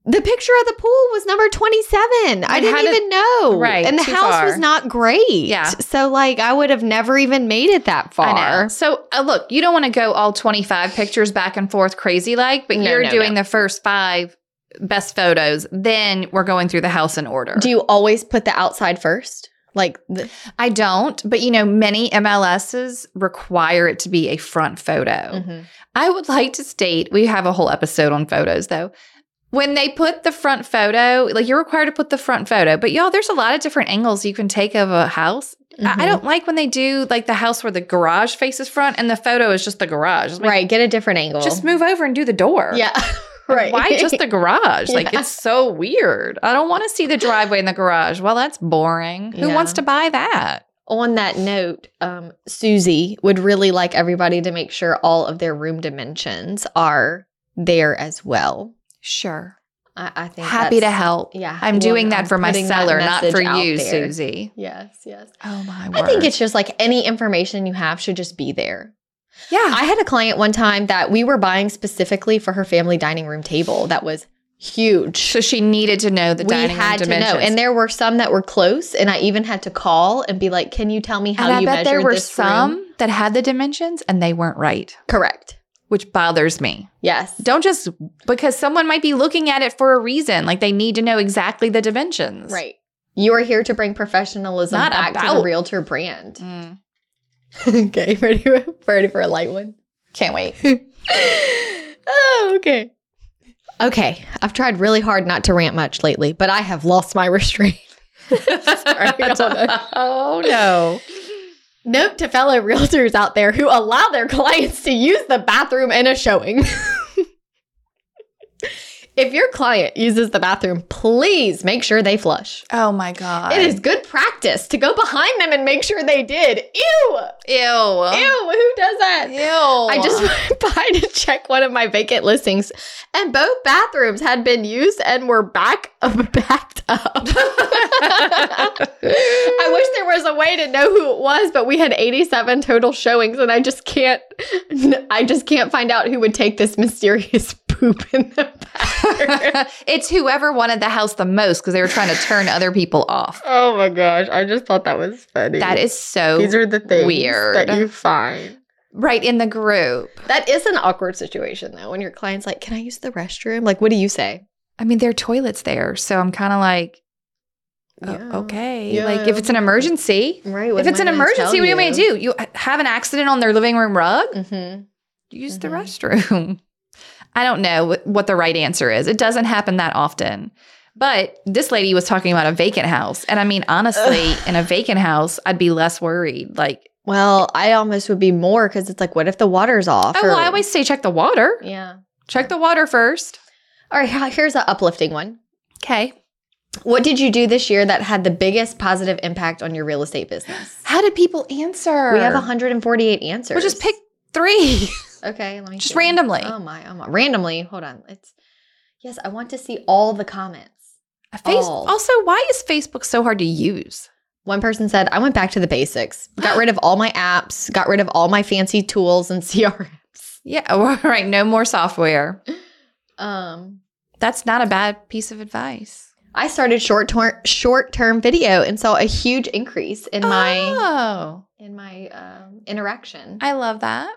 the picture of the pool was number 27. I
And
didn't
how did-
even know.
Right,
And the
too
house
far.
was not great.
Yeah.
So, like, I would have never even made it that far.
I know. So uh, look, you don't want to go all 25 pictures back and forth crazy like, but
No,
you're
no,
doing the first five best photos. Then we're going through the house in order.
Do you always put the outside first? Like, the,
I don't, but you know, many MLSs require it to be a front photo.
Mm.
I would like to state we have a whole episode on photos though. When they put the front photo, like you're required to put the front photo, but y'all, there's a lot of different angles you can take of a house. I- I,
Mhm.
don't like when they do like the house where the garage faces front and the photo is just the garage. It's like,
right. Get a different angle.
Just move over and do the door.
Yeah,
Like,
right.
Why just the garage? Like
Yeah.
it's so weird. I don't want to see the driveway in the garage. Well, that's boring. Who
Yeah.
wants to buy that?
On that note, um, Susie would really like everybody to make sure all of their room dimensions are there as well.
Sure.
I, I think
Happy to
that's-
help.
Yeah,
I'm
well,
doing that for my
putting that
seller, not for
message out
you,
there.
Susie.
Yes, yes.
Oh my
I think it's just like any information you have should just be there.
yeah.
I had a client one time that we were buying specifically for her family dining room table that was huge.
So she needed to know the dining room dimensions.
and there were some that were close, and I even had to call and be like, "Can you tell me how
And I
you
bet
measured
there were
this
some
room?"
that had the dimensions and they weren't right,
Correct.
which bothers me.
Yes.
Don't just because someone might be looking at it for a reason, like they need to know exactly the dimensions.
Right. You are here to bring professionalism
Not
back to
about-
the realtor brand.
Mm.
okay, ready, ready for a light one?
Can't wait.
oh, okay. Okay, I've tried really hard not to rant much lately, but I have lost my restraint.
oh no.
Note to fellow realtors out there who allow their clients to use the bathroom in a showing. if your client uses the bathroom, please make sure they flush.
Oh my god.
It is good practice to go behind them and make sure they did. Ew!
ew. Ew. Oh.
Ew, who does that? I just went by to check one of my vacant listings, and both bathrooms had been used and were back backed up. I wish there was a way to know who it was, but we had 87 total showings, and I just can't. I just can't find out who would take this mysterious poop in the bathroom.
it's whoever wanted the house the most because they were trying to turn other people off.
oh my gosh! I just thought that was funny.
That is so
are the
things that weird. you
find.
right in the group.
That is an awkward situation though when your client's like, "Can I use the restroom?" Like, what do you say?
I mean, there are toilets there, so I'm kind of like, oh,
Yeah.
okay,
Yeah.
like if it's an emergency,
Right.
if it's an emergency, what do you want me to do? You have an accident on their living room rug?
Mm-hmm.
Use the
Mhm.
restroom. I don't know wh- what the right answer is. It doesn't happen that often. But this lady was talking about a vacant house, and I mean, honestly, in a vacant house, I'd be less worried. Like,
Well, I almost would be more because it's like, what if the water's off?
oh, well, I always say check the water.
Yeah.
Check the water first.
All right. h- Here's an uplifting one.
Okay.
What did you do this year that had the biggest positive impact on your real estate business?
How did people answer?
We have 148 answers.
Well, just pick three.
Okay, let me
Just
see.
randomly.
Oh my, oh my, randomly. Hold on. It's yes. I want to see all the comments.
Face-
All.
Also, why is Facebook so hard to use?
One person said, "I went back to the basics. Got rid of all my apps. Got rid of all my fancy tools and CRMs."
Yeah, all right. No more software.
Um,
That's not a bad piece of advice.
I started short term short term video and saw a huge increase in my
oh,
in my um, interaction.
I
I,
love that.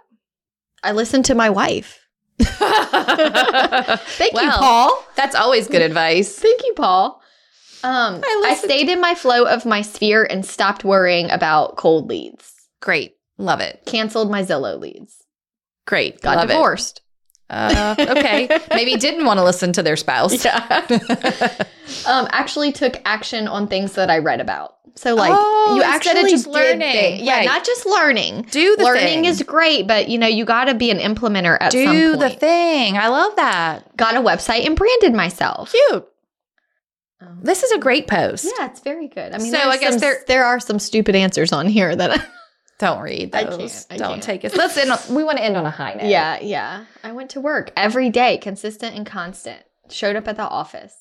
listened to my wife. Thank you,
Well,
Paul.
That's always good advice.
Thank you, Paul. Um,
I
I
listened-
stayed in my flow of my sphere and stopped worrying about cold leads.
Great. Love it.
Canceled my Zillow leads.
Great.
Got
Love
divorced.
it. Uh, okay. Maybe didn't want to listen to their spouse.
Yeah. um, actually took action on things that I read about. So like
Oh,
you
instead of
actually
just
did
learning.
thi- yeah,
Right.
not just learning.
Do the
learning
thing.
is great, but you know you got to be an implementer at some
do
point.
the thing. I love that.
got a website and branded myself.
Cute.
Um,
This is a great post.
yeah, it's very good. I mean,
So
there's
I guess
some-
there-
there are some stupid answers on here that.
Don't read
I can't.
those.
I
Don't
can't.
take us. Let's end. On, we want to end on a high note.
Yeah, yeah. I went to work every day, consistent and constant. Showed up at the office.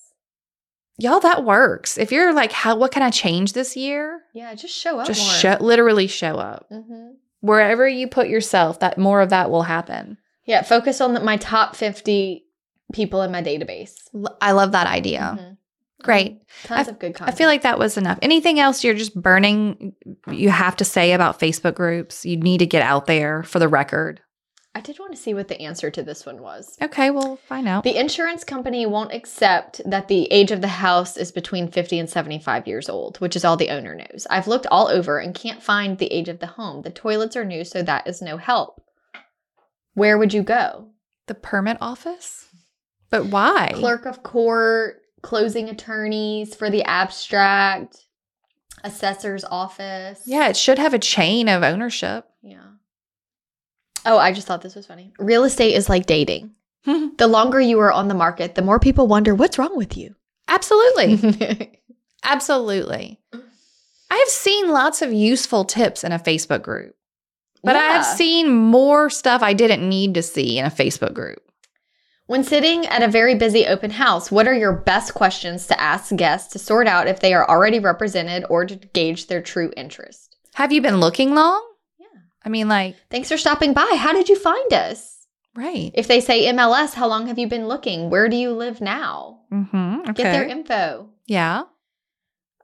y'all, that works. If you're like, how? What can I change this year?
Yeah, just show up
Just show,
more.
literally show up
hmm
wherever you put yourself. That more of that will happen.
Yeah, focus on the, my top 50 people in my database.
L- I love that idea.
Mhm.
Mm-hmm. Great.
Tons of good content.
I feel like that was enough. Anything else you're just burning? You have to say about Facebook groups. You need to get out there for the record.
I did want to see what the answer to this one was.
Okay, we'll find out.
The insurance company won't accept that the age of the house is between 50 and 75 years old, which is all the owner knows. I've looked all over and can't find the age of the home. The toilets are new, so that is no help. Where would you go?
The permit office. But why?
clerk of court, closing attorneys for the abstract, assessor's office.
Yeah, it should have a chain of ownership.
Yeah. Oh, I just thought this was funny. Real estate is like dating. The longer you are on the market, the more people wonder what's wrong with you.
Absolutely.
yeah.
Absolutely. I have seen lots of useful tips in a Facebook group, but I have seen more stuff I didn't need to see in a Facebook group.
When sitting at a very busy open house, what are your best questions to ask guests to sort out if they are already represented or to gauge their true interest?
Have you been looking long?
Yeah.
I mean, like,
Thanks for stopping by. How did you find us?
right.
If they say MLS, how long have you been looking? Where do you live now?
Mm-hmm. Okay.
Get their info.
yeah.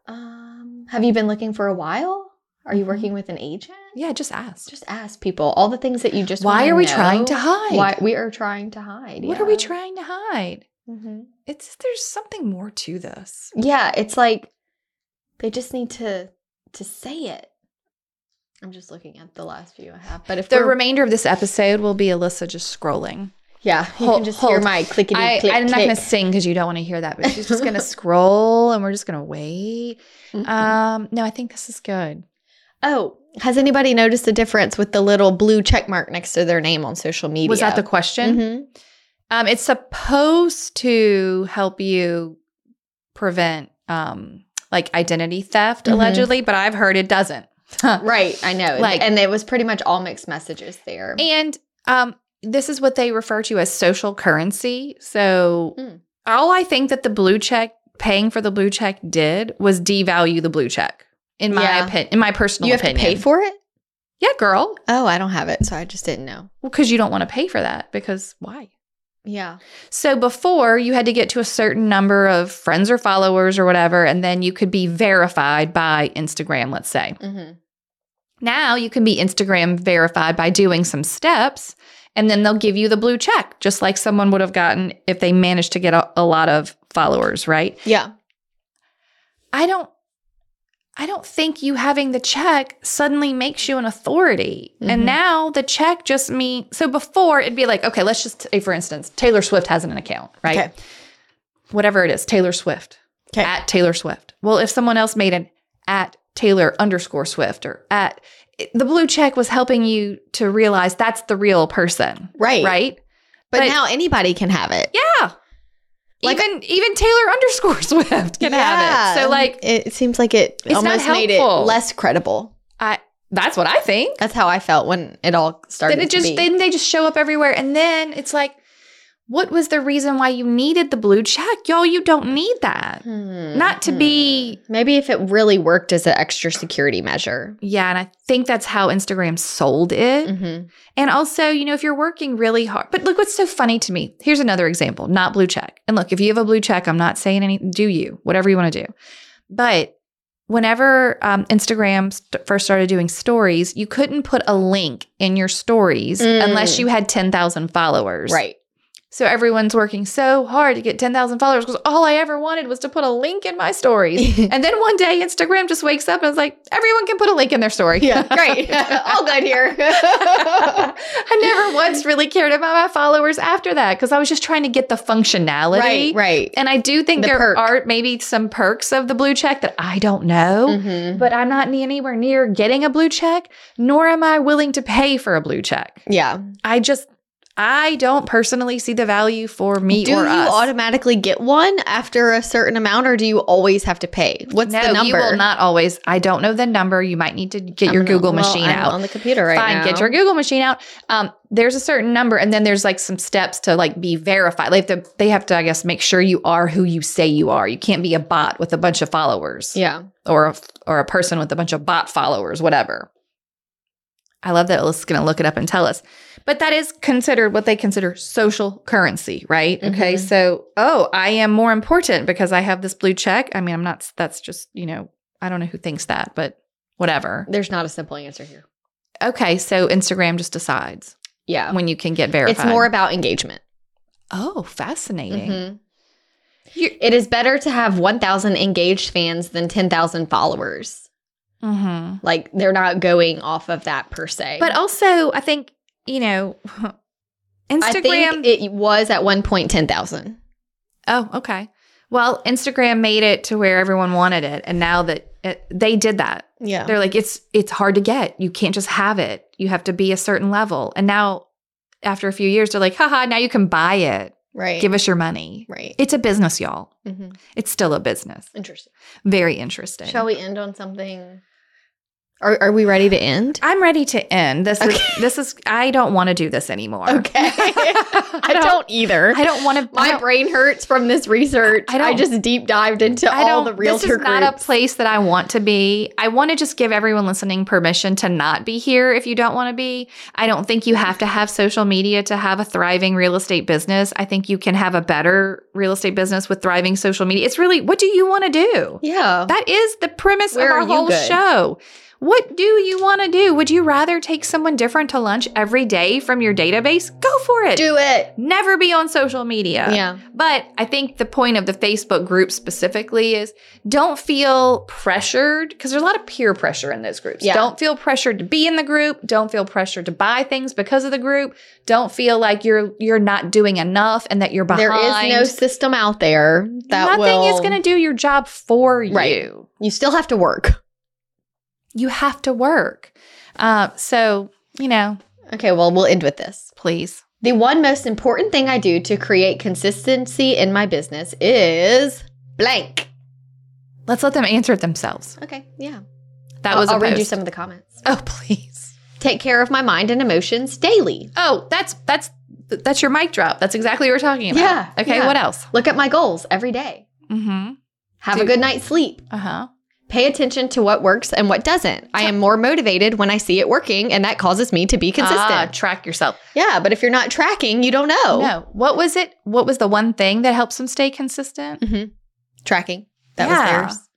Um, have you been looking for a while? Are
Mm-hmm.
you working with an agent?
Yeah, just ask.
Just ask people all the things that you just.
Why
wanna
are we
know.
trying to hide?
Why we are trying to hide?
What
yeah.
are we trying to hide?
Mhm.
It's there's something more to this.
Yeah, it's like they just need to to say it. I'm just looking at the last few I have, but if
The
we're-
remainder of this episode will be Alyssa just scrolling.
yeah, you
Hold-
can just hear
hold.
my clickety
I,
click.
I'm not going to
click.
sing because you don't want to hear that, but she's just going to scroll and we're just going to wait.
Mhm.
Um, no, I think this is good.
oh, has anybody noticed the difference with the little blue check mark next to their name on social media?
Was that the question?
Mhm.
Mm-hmm. Um, it's supposed to help you prevent um, like identity theft,
Mhm.
allegedly, but I've heard it doesn't.
Right, I know.
Like-
Like, and it was pretty much all mixed messages there.
And um, this is what they refer to as social currency. So,
Mm.
all I think that the blue check paying for the blue check did was devalue the blue check. In my
Yeah.
opinion, in my personal
you have
opinion,
to pay for it?
yeah, girl,
Oh, I don't have it, so I just didn't know.
because you don't want to pay for that because why?
Yeah.
So before you had to get to a certain number of friends or Mm-hmm. followers or whatever, and then you could be verified by Instagram, let's say.
hmm
Now you can be Instagram verified by doing some steps, and then they'll give you the blue check, just like someone would have gotten if they managed to get a, a lot of followers, right?
Yeah.
I don't I don't think you having the check suddenly makes you an authority. And
Mhm.
now the check just means so before it'd be like, okay, let's just say for instance, Taylor Swift has an account, right?
Okay.
Whatever it is, Taylor Swift.
'Kay.
At Taylor Swift. Well, if someone else made an at Taylor underscore Swift or at it- the blue check was helping you to realize that's the real person.
Right.
Right?
But,
But-
now anybody can have it.
Yeah.
Like-
even even Taylor underscore Swift can have it. So like
it seems like it
It's not
almost made it
helpful.
less credible.
I that's what I think.
That's how I felt when it all started.
Then it
to
just
be.
then they just show up everywhere, and then it's like, what was the reason why you needed the blue check, y'all? You don't need that.
Hmm.
Not to
Hmm.
be
Maybe if it really worked as an extra security measure.
yeah, and I think that's how Instagram sold it.
Mm-hmm.
And also, you know, if you're working really hard, but look what's so funny to me. Here's another example, not blue check. And look, if you have a blue check, I'm not saying any, do you, whatever you want to do. But whenever um, Instagram st- first started doing stories, you couldn't put a link in your stories
Mm.
unless you had 10,000 followers.
Right.
So everyone's working so hard to get 10,000 followers because all I ever wanted was to put a link in my stories. and then one day Instagram just wakes up and is like, everyone can put a link in their story.
yeah. Great. all good here.
I never once really cared about my followers after that because I was just trying to get the functionality.
right. Right.
And I do think
The
there
perk.
are maybe some perks of the blue check that I don't know,
Mhm.
but I'm not ne- anywhere near getting a blue check, nor am I willing to pay for a blue check.
Yeah.
I just, I don't personally see the value for me
do
or
you
us.
automatically get one after a certain amount, or do you always have to pay? What's
no,
the number?
you will not always. I don't know the number. You might need to get
I'm
your
not-
Google
well,
machine
I'm
out.
on the computer right
Fine,
now.
get your Google machine out. Um, there's a certain number, and then there's like some steps to like be verified. Like the, they have to, I guess, make sure you are who you say you are. You can't be a bot with a bunch of followers,
yeah.
or a, or a person with a bunch of bot followers, whatever. I love that Alyssa's going to look it up and tell us. But that is considered what they consider social currency, right? Okay.
Mhm.
So, oh, I am more important because I have this blue check. I mean, I'm not, that's just, you know, I don't know who thinks that, but whatever.
There's not a simple answer here.
Okay, so Instagram just decides
Yeah.
when you can get verified.
It's more about engagement.
oh, fascinating.
Mhm.
You-
It is better to have 1,000 engaged fans than 10,000 followers. Mm-hmm.
Mhm.
Like they're not going off of that per se.
But also, I think you know, Instagram.
I think it was at one point 10,000.
oh, okay. Well, Instagram made it to where everyone wanted it, and now that it, they did that,
Yeah.
they're like, it's it's hard to get. You can't just have it. You have to be a certain level. And now, after a few years, they're like, haha, now you can buy it.
Right.
Give us your money.
right.
It's a business, y'all.
hmm
It's still a business.
Interesting.
Very interesting.
Shall we end on something? Are, are we ready to end?
I'm ready to end. This is
Okay.
this is I don't want to do this anymore.
I don't either.
I don't want to I
My
don't,
brain hurts from this research.
I
I,
don't-
just deep dived into
I
all
don't
the realtor
This is not
groups.
a place that I want to be. I want to just give everyone listening permission to not be here if you don't want to be. I don't think you have to have social media to have a thriving real estate business. I think you can have a better real estate business with thriving social media. It's really what do you want to do?
yeah.
That is the premise
Where are
of
you
our whole
good?
show. What do you want to do? Would you rather take someone different to lunch every day from your database? Go for it.
Do it.
Never be on social media.
Yeah.
But I think the point of the Facebook group specifically is don't feel pressured because there's a lot of peer pressure in those groups.
Yeah.
Don't feel pressured to be in the group. Don't feel pressured to buy things because of the group. Don't feel like you're you're not doing enough and that you're behind.
There is no system out there that
Nothing
will.
is going to do your job for you.
Right. You still have to work.
you have to work. Uh, so, you know,
Okay. Well, we'll end with this.
please.
The one most important thing I do to create consistency in my business is blank.
Let's let them answer it themselves.
Okay. Yeah.
That
I'll-
was a
I'll read you
post.
some of the comments.
Oh, please.
Take care of my mind and emotions daily.
Oh, that's that's that's your mic drop. That's exactly what we're talking about.
Yeah,
Okay.
yeah.
What else?
Look at my goals every day.
Mm-hmm.
Have
Do-
a good night's sleep.
Uh huh.
Pay attention to what works and what doesn't. I am more motivated when I see it working, and that causes me to be consistent.
Ah,
Oh.
track yourself.
yeah, but if you're not tracking, you don't know.
No. What was it? What was the one thing that helps them stay consistent?
Tracking. That
Yeah.
was theirs.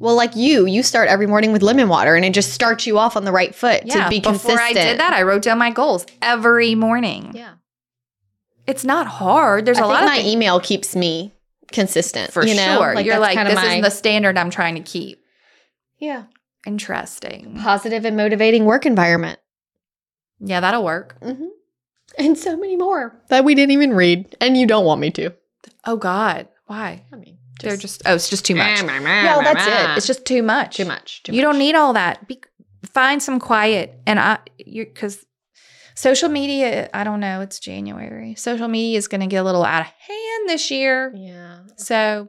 Well, like you, you start every morning with lemon water and it just starts you off on the right foot to be consistent.
Before I did that, I wrote down my goals every morning.
yeah.
It's not hard. There's
I
a
think
lot of
my
things-
email keeps me consistent.
for
you know?
sure. You're
that's
like,
kinda
this
my-
is the standard I'm trying to keep.
yeah.
Interesting.
positive and motivating work environment.
Yeah, that'll work.
Mm-hmm. And so many more that we didn't even read. And you don't want me to.
Oh God, why?
I mean,
They're just oh, it's just too much.
no,
No, that's it. It's just too much.
too much. Too
you don't need all that. Be, find some quiet and I you because social media. I don't know. It's January. Social media is going to get a little out of hand this year.
Yeah.
So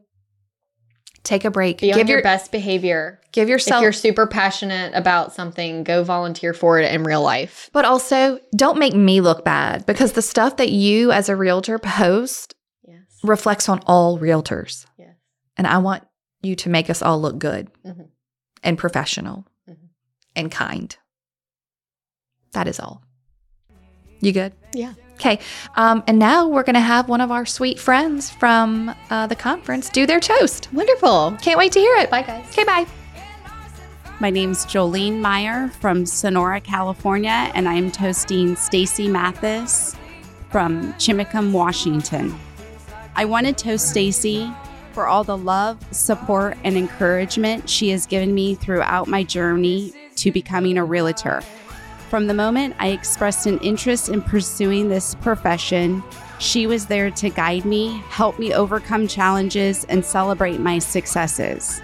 take a break.
Be on
give
your,
your
best behavior.
give
if
yourself.
you're super passionate about something, go volunteer for it in real life.
but also, don't make me look bad because the stuff that you as a realtor post
Yes.
reflects on all realtors.
Yes.
And I want you to make us all look good
Mhm.
and professional
Mhm.
and kind. That is all. You good?
Yeah.
Okay. Um, and now we're going to have one of our sweet friends from uh, the conference do their toast.
Wonderful.
Can't wait to hear it.
Bye, guys.
Okay, bye.
My name's Jolene Meyer from Sonora, California, and I'm toasting Stacy Mathis from Chimicum, Washington. I want to toast Stacy for all the love, support, and encouragement she has given me throughout my journey to becoming a realtor. From the moment I expressed an interest in pursuing this profession, she was there to guide me, help me overcome challenges, and celebrate my successes.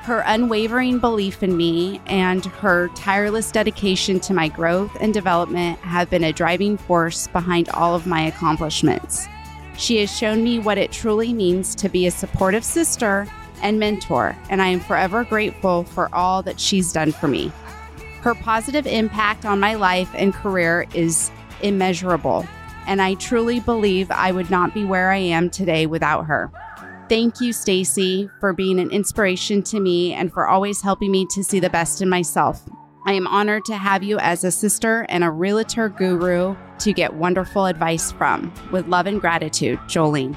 Her unwavering belief in me and her tireless dedication to my growth and development have been a driving force behind all of my accomplishments. She has shown me what it truly means to be a supportive sister and mentor, and I am forever grateful for all that she's done for me. Her positive impact on my life and career is immeasurable, and I truly believe I would not be where I am today without her. Thank you, Stacy, for being an inspiration to me and for always helping me to see the best in myself. I am honored to have you as a sister and a realtor guru to get wonderful advice from. With love and gratitude, Jolene.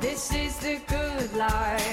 This is the good life.